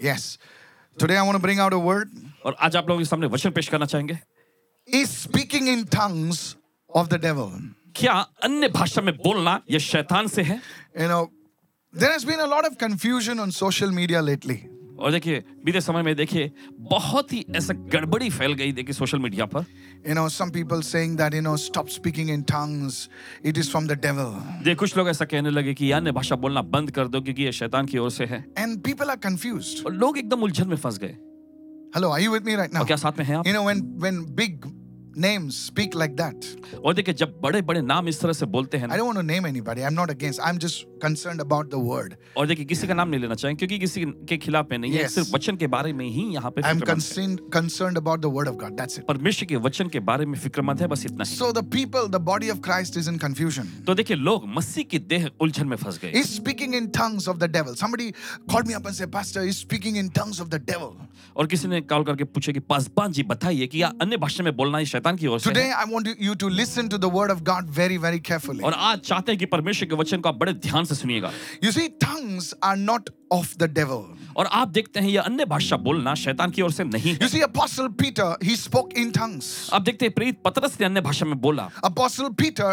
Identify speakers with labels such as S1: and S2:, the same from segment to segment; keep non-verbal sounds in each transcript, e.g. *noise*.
S1: Yes. Today I want to bring out a word.
S2: और आज आप लोगों के सामने वचन पेश करना चाहेंगे
S1: Is speaking in tongues of the devil.
S2: क्या अन्य भाषा में बोलना यह शैतान से है
S1: You know, there has been a lot of confusion on social media lately.
S2: और देखिए बीते समय में देखिए बहुत ही ऐसा गड़बड़ी फैल गई देखिए सोशल मीडिया पर
S1: You know, some people saying that, you know, stop speaking in tongues, it is from the devil.
S2: देखिए कुछ लोग ऐसा कहने लगे कि ये अन्य भाषा बोलना बंद कर दो क्योंकि ये शैतान की ओर से है
S1: And people are confused.
S2: और लोग एकदम उलझन में फंस गए
S1: Hello, are you with me right now?
S2: और क्या साथ में हैं आप
S1: You know, when when big names speak like that,
S2: और देखिए जब बड़े बड़े नाम इस तरह से बोलते हैं
S1: I
S2: ना,
S1: don't want to name anybody. I'm not against. I'm just concerned about the word.
S2: और देखिए किसी का नाम नहीं लेना चाहेंगे क्योंकि किसी के खिलाफ में नहीं है
S1: Yes.
S2: सिर्फ वचन के बारे में ही यहाँ पे
S1: I'm
S2: फिक्रमंद है।
S1: concerned concerned about the word of God. That's it.
S2: परमेश्वर के वचन के बारे में फिक्रमंद है बस इतना ही
S1: So the people, the body of Christ is in confusion.
S2: तो देखिए लोग मसीह की देह उलझन में फंस गए
S1: Is speaking in tongues of the devil. Somebody called me up and said, Pastor, is speaking in tongues of the devil.
S2: और किसी ने कॉल करके पूछा कि पासवान जी बताइए कि या अन्य भाषा में बोलना ये शैतान की ओर से है
S1: Today I want you to listen to the word of God very, very carefully.
S2: और आज चाहते हैं कि परमेश्वर के वचन को आप बड़े ध्यान से सुनिएगा
S1: You see, tongues are not of the devil.
S2: और आप देखते हैं ये अन्य भाषा बोलना शैतान की ओर से नहीं है
S1: You see, Apostle Peter, he spoke in tongues.
S2: आप देखते हैं प्रेरित पतरस ने अन्य भाषा में बोला
S1: Apostle Peter,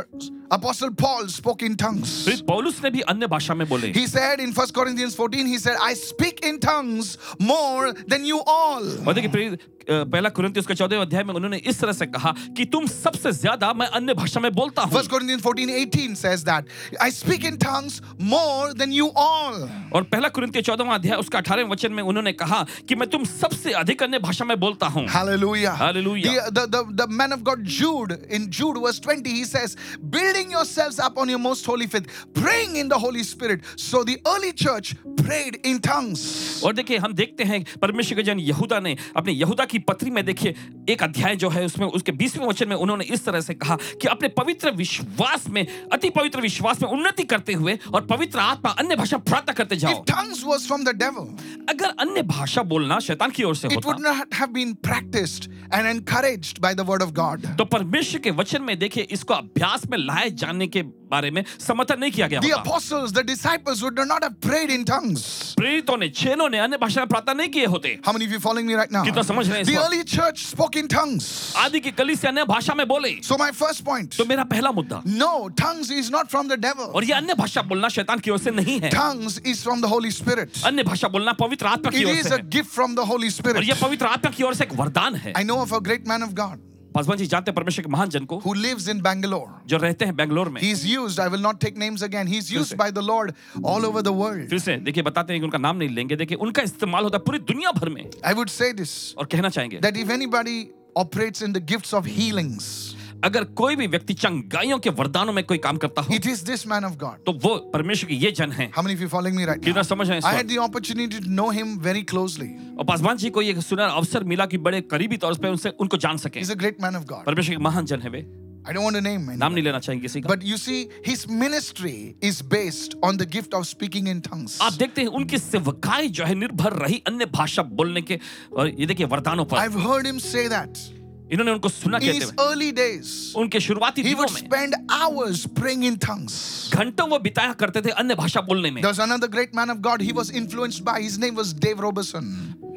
S1: Apostle Paul spoke in tongues.
S2: प्रेरित पौलुस ने भी अन्य भाषा में बोले
S1: He said in 1 Corinthians 14, he said, I speak in tongues more than you all.
S2: और देखिए प्रेरित अ, पहला कुरिन्थियों के चौदह अध्याय में उन्होंने इस तरह से कहा कि तुम सबसे ज्यादा मैं अन्य भाषा में बोलता हूँ
S1: 1 Corinthians 14, 18 says that. I speak in tongues more than you all.
S2: और पहला कुरिन्थियों चौदहवा अध्याय उसका अठारह वचन में उन्होंने कहा कि मैं तुम सबसे अधिक अन्य भाषा में बोलता हूँ
S1: Hallelujah.
S2: Hallelujah.
S1: The, the, the, the man of God, Jude, in Jude verse 20, he says, Building yourselves up on your most holy faith, praying in the Holy Spirit. So the early church prayed in tongues.
S2: और देखिए हम देखते हैं परमेश्वर के जन यहूदा ने अपने यहूदा की पत्री में देखिए एक अध्याय जो है उसमें उसके बीसवें वचन में उन्होंने इस तरह से कहा कि अपने पवित्र विश्वास में अति पवित्र विश्वास में उन्नति करते हुए और पवित्र आत्मा अन्य भाषा प्राप्त करते जाओ
S1: If tongues was from the devil,
S2: अगर अन्य भाषा बोलना शैतान की ओर से
S1: it would
S2: होता
S1: not have been practiced and encouraged by the word of God.
S2: तो परमेश्वर के वचन में देखिए इसको अभ्यास में लाए जाने के बारे में समर्थन नहीं किया गया
S1: The
S2: होता
S1: apostles, the disciples would not have prayed in tongues.
S2: प्रेरितों ने चेलों ने अन्य भाषा में प्रार्थना नहीं किए होते
S1: How many of you following me right now?
S2: कितना समझ रहे हैं इस
S1: The
S2: वक्त?
S1: early church spoke in tongues.
S2: आदि की कली से अन्य भाषा में बोले
S1: So, my first point
S2: तो मेरा पहला मुद्दा
S1: no, tongues is not from the devil,
S2: और ये अन्य भाषा बोलना शैतान की ओर से नहीं है
S1: tongues is from the Holy Spirit.
S2: अन्य भाषा बोलना पवित्र आत्मा की
S1: It
S2: ओर
S1: is
S2: से
S1: a
S2: है
S1: gift from the Holy
S2: और
S1: Spirit.
S2: यह पवित्र आत्मा की ओर से एक वरदान है
S1: I know of a great man of God
S2: Paswan ji जानते हैं परमेश्वर के महान जन को
S1: who lives in Bangalore.
S2: जो रहते हैं बेंगलोर में
S1: He's used, I will not take names again, he's
S2: से।
S1: used by the Lord all over the world.
S2: फिर से देखिए बताते हैं कि उनका नाम नहीं लेंगे देखिए उनका इस्तेमाल होता है पूरी दुनिया भर में
S1: I would say this
S2: और कहना चाहेंगे
S1: that if anybody operates in the gifts of healings,
S2: अगर कोई भी व्यक्ति चंगाइयों के वरदानों में कोई काम करता हो
S1: it is this man of God.
S2: तो वो परमेश्वर के ये जन हैं
S1: How many of you following me right now?
S2: कितना समझ रहे हैं इस
S1: I
S2: वक्त?
S1: had the opportunity to know him very closely.
S2: और पासवान जी को ये सुनहरा अवसर मिला कि बड़े करीबी तौर पे उनसे उनको जान सके
S1: He's a great man of God.
S2: परमेश्वर के महान जन है वे
S1: I don't want to name him.
S2: नाम नहीं लेना चाहिए किसी का
S1: But you see, his ministry is based on the gift of speaking in tongues.
S2: आप देखते हैं उनकी सेवकाई जो है निर्भर रही अन्य भाषा बोलने के और ये देखिए वरदानों पर
S1: I've heard him say that.
S2: इन्होंने उनको सुना
S1: In
S2: कहते
S1: his
S2: हुए
S1: early days,
S2: उनके शुरुआती
S1: he
S2: दिनों
S1: would
S2: में
S1: spend hours praying in tongues.
S2: घंटों वो बिताया करते थे अन्य भाषा बोलने में
S1: There was another great man of God he was influenced by. His name was Dave Robertson,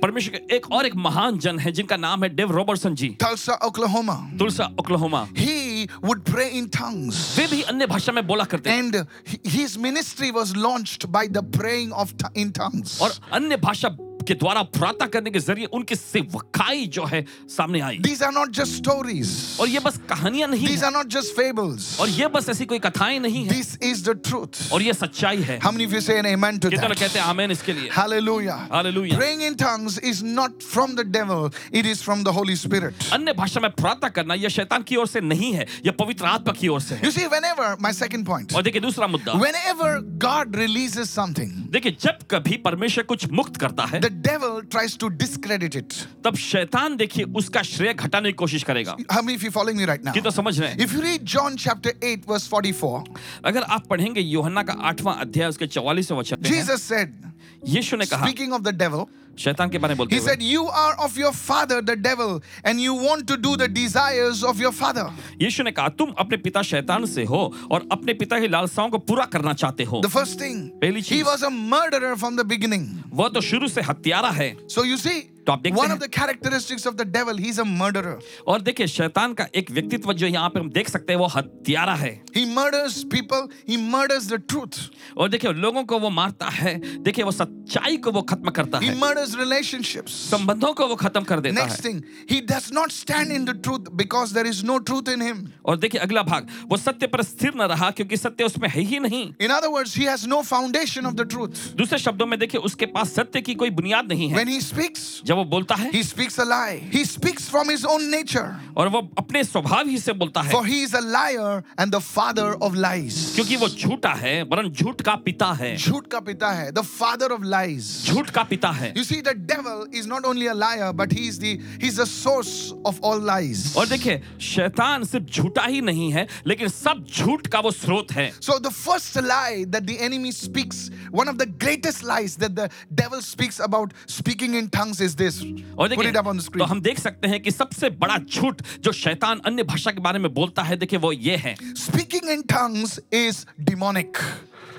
S2: परमेश्वर के एक और एक महान जन है जिनका नाम है Dave Robertson ji
S1: Tulsa, Oklahoma.
S2: Tulsa Oklahoma
S1: He would pray in tongues.
S2: वे भी अन्य भाषा में बोला करते थे
S1: And h- his ministry was launched by the praying of t- in tongues.
S2: और अन्य भाषा के द्वारा प्रार्थना करने के जरिए उनकी सेवकाई जो है सामने आई
S1: These are not just stories.
S2: और ये बस कहानियां नहीं
S1: These
S2: है
S1: are not just fables.
S2: और ये बस ऐसी कोई कथाएं नहीं है
S1: This is the truth.
S2: और ये सच्चाई है
S1: How many of you say an amen to
S2: कितना लोग कहते
S1: that?
S2: हैं आमेन इसके लिए
S1: Hallelujah.
S2: Hallelujah.
S1: Praying in tongues is not from the devil, it is from the Holy Spirit.
S2: अन्य भाषा में प्रार्थना करना यह शैतान की ओर से नहीं है यह पवित्र आत्मा की ओर से है
S1: You see, whenever, my second point,
S2: और देखिए दूसरा मुद्दा
S1: whenever God releases something,
S2: देखिए जब कभी परमेश्वर कुछ मुक्त करता है
S1: the devil tries to discredit it.
S2: तब शैतान देखिए उसका श्रेय घटाने की कोशिश करेगा
S1: How many of you following me right now?
S2: कितना समझ रहे हैं
S1: If you read John chapter 8, verse 44,
S2: अगर आप पढ़ेंगे योहन्ना का आठवां अध्याय उसके चौवालीसवें वचन में है,
S1: Jesus said,
S2: यीशु ने कहा
S1: Speaking of the devil,
S2: शैतान के बारे में बोलते
S1: he
S2: हुए
S1: said, You are of your father, the devil, and you want to do the desires of your father.
S2: यीशु ने कहा तुम अपने पिता शैतान से हो और अपने पिता की लालसाओं को पूरा करना चाहते हो
S1: The first thing,
S2: पहली
S1: he
S2: चीज
S1: was a murderer from the beginning.
S2: वह तो शुरू से हत्यारा है
S1: So you see,
S2: तो आप देखते
S1: one
S2: हैं।
S1: of the characteristics of the devil, he's a murderer.
S2: और देखिए शैतान का एक व्यक्तित्व जो यहाँ पे हम देख सकते हैं वो हत्यारा है
S1: He murders people, he murders the truth,
S2: और देखिए लोगों को वो मारता है देखिए वो सच्चाई को वो खत्म करता
S1: he
S2: है
S1: murders relationships.
S2: संबंधों को वो खत्म कर देता
S1: Next
S2: है
S1: thing, he does not stand in the truth because there is no truth in him.
S2: और देखिए अगला भाग वो सत्य पर स्थिर न रहा क्योंकि सत्य उसमें है ही नहीं
S1: In other words, he has no foundation of the truth.
S2: दूसरे शब्दों में देखिए उसके पास सत्य की कोई बुनियाद नहीं है
S1: When he speaks,
S2: जब वो बोलता है
S1: he speaks a lie. He speaks from his own nature,
S2: और वो अपने स्वभाव ही से बोलता है
S1: for he is a liar and the father of lies.
S2: क्योंकि वो झूठा है वरन झूठ का पिता है
S1: Jhoot ka pita hai, the father of lies.
S2: झूठ का पिता है
S1: You see, the devil is not only a liar, but he is the he's the source of all lies.
S2: और देखिए शैतान सिर्फ झूठा ही नहीं है लेकिन सब झूठ का वो स्रोत है
S1: So the first lie that the enemy speaks, one of the greatest lies that the devil speaks about speaking in tongues is this.
S2: और
S1: Put
S2: देखिए
S1: it up on the
S2: तो
S1: screen.
S2: हम देख सकते हैं कि सबसे बड़ा झूठ जो शैतान अन्य भाषा के बारे में बोलता है देखिए वो ये है
S1: Speaking in tongues is demonic.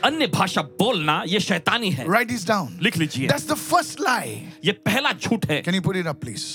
S2: अन्य भाषा बोलना ये शैतानी है
S1: Write this down.
S2: लिख लीजिए
S1: That's the first lie.
S2: ये पहला झूठ है
S1: Can you put it up, please?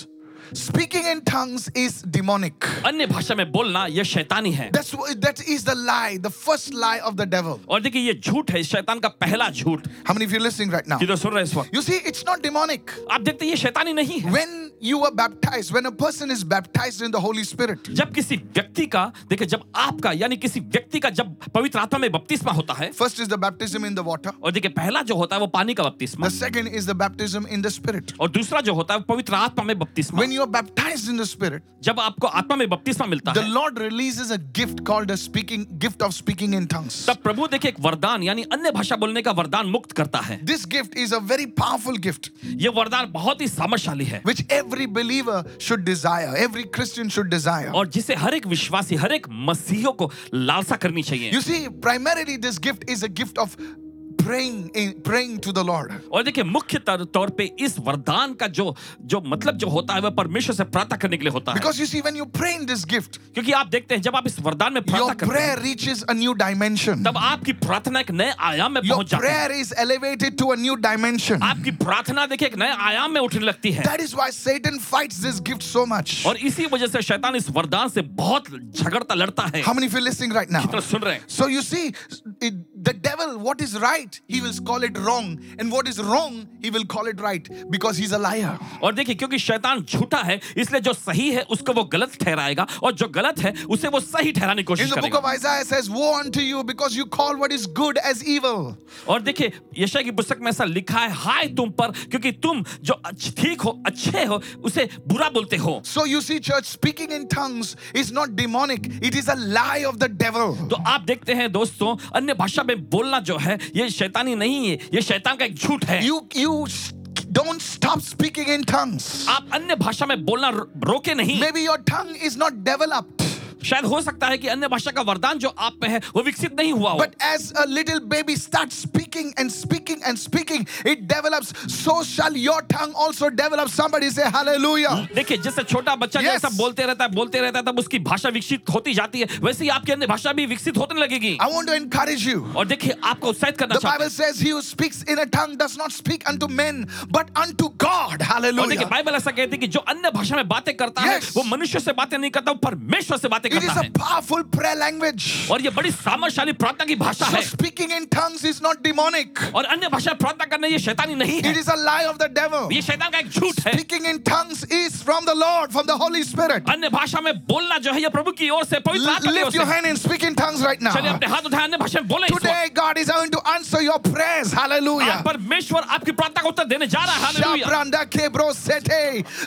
S1: Speaking in tongues is demonic.
S2: अन्य भाषा में बोलना ये शैतानी है
S1: That's wh- that is the lie, the first lie of the devil.
S2: और देखिए ये झूठ है शैतान का पहला झूठ
S1: How many of you are listening right now?
S2: जिधर सुन रहे हैं इस वक्त
S1: You see, it's not demonic.
S2: आप देखते हैं ये शैतानी नहीं है
S1: When you are baptized, when a person is baptized in the Holy Spirit,
S2: जब किसी व्यक्ति का देखिए जब आपका यानी किसी व्यक्ति का जब पवित्र आत्मा में बपतिस्मा होता है
S1: first is the baptism in the water,
S2: और देखिए पहला जो होता है वो पानी का बपतिस्मा
S1: the second is the baptism in the Spirit.
S2: और दूसरा जो होता है वो पवित्र आत्मा में बपतिस्मा
S1: When you are baptized in the Spirit,
S2: जब आपको आत्मा में बपतिस्मा मिलता
S1: the
S2: है
S1: Lord releases a gift called the speaking gift of speaking in tongues.
S2: तब प्रभु देखिए एक वरदान यानी अन्य भाषा बोलने का वरदान मुक्त करता है
S1: This gift is a very powerful gift
S2: ये वरदान बहुत ही सामर्थशाली है
S1: which every believer should desire, every Christian should desire.
S2: और जिसे हर एक विश्वासी हर एक मसीहों को लालसा करनी चाहिए
S1: You see, primarily this gift is a gift of praying in, praying to the Lord.
S2: और देखिए मुख्य तौर तौर पे इस वरदान का जो जो मतलब जो होता है वह परमेश्वर से प्रार्थना करने के लिए होता है
S1: Because you see, when you pray in this gift,
S2: क्योंकि आप देखते हैं जब आप इस वरदान में प्रार्थना
S1: your
S2: करते हैं
S1: prayer reaches a new dimension.
S2: तब आपकी प्रार्थना एक नए आयाम में
S1: Your
S2: पहुंच जाती है
S1: prayer is elevated to a new dimension.
S2: आपकी प्रार्थना देखिए एक नए आयाम में उठने लगती है
S1: That is why Satan fights this gift so much.
S2: और इसी वजह से शैतान इस वरदान से बहुत झगड़ता लड़ता है
S1: How many of you are listening right now?
S2: तो सुन रहे हैं
S1: So you see, it- the devil, what is right, he will call it wrong. And what is wrong, he will call it right because he's a liar.
S2: और देखिए क्योंकि शैतान झूठा है इसलिए जो सही है उसको वो गलत ठहराएगा और जो गलत है उसे वो सही ठहराने की
S1: In
S2: कोशिश
S1: the book
S2: करेगा
S1: of Isaiah says, Woe unto you because you call what is good as evil.
S2: और देखिए यशा की पुस्तक में ऐसा लिखा है हाय तुम पर क्योंकि तुम जो अच्छ- ठीक हो अच्छे हो उसे बुरा बोलते हो
S1: So you see, church, speaking in tongues is not demonic, it is a lie of the devil.
S2: तो आप देखते हैं दोस्तों अन्य भाषा में बोलना जो है ये शैतानी नहीं है ये शैतान का एक झूठ है
S1: You you s- don't stop speaking in tongues.
S2: आप अन्य भाषा में बोलना रो- रोके नहीं
S1: Maybe your tongue is not developed.
S2: शायद हो सकता है कि अन्य भाषा का वरदान जो आप में है वो विकसित नहीं हुआ हो
S1: But as a little baby starts speaking and speaking and speaking, it develops. So shall your tongue also develop. Somebody say hallelujah.
S2: देखिए जैसे छोटा बच्चा
S1: Yes.
S2: जैसा बोलते रहता है बोलते रहता है तब उसकी भाषा विकसित होती जाती है वैसे ही आपकी अन्य भाषा भी विकसित होने लगेगी
S1: I want to encourage you.
S2: और देखिए आपको उत्साहित करना
S1: The
S2: चाहते
S1: Bible says, He who speaks in a tongue does not speak unto men, but unto God.
S2: और देखिए
S1: Hallelujah.
S2: बाइबल ऐसा कहती है कि जो अन्य भाषा में बातें करता है
S1: Yes.
S2: वो मनुष्य से बातें नहीं करता वो परमेश्वर से बातें
S1: It is
S2: करता
S1: a
S2: है
S1: powerful prayer language.
S2: और ये बड़ी सामर्थशाली प्रार्थना की भाषा
S1: So
S2: है
S1: speaking in tongues is not demonic.
S2: और अन्य भाषा में प्रार्थना करना ये शैतानी नहीं है
S1: It is a lie of the devil.
S2: ये शैतान का एक झूठ है
S1: Speaking in tongues is from the Lord, from the Holy Spirit.
S2: अन्य भाषा में बोलना जो है ये प्रभु की ओर से
S1: L-
S2: पवित्र आत्मा की ओर
S1: lift your
S2: से
S1: hand and speak in tongues right
S2: चलिए
S1: now.
S2: अपने हाथ उठाए अन्य भाषा में बोले इस वक्त।
S1: Today, God is going to answer your prayers.
S2: आज
S1: Hallelujah.
S2: परमेश्वर आपकी प्रार्थना का उत्तर देने जा रहा है hallelujah
S1: Shabranda ke lebro sete,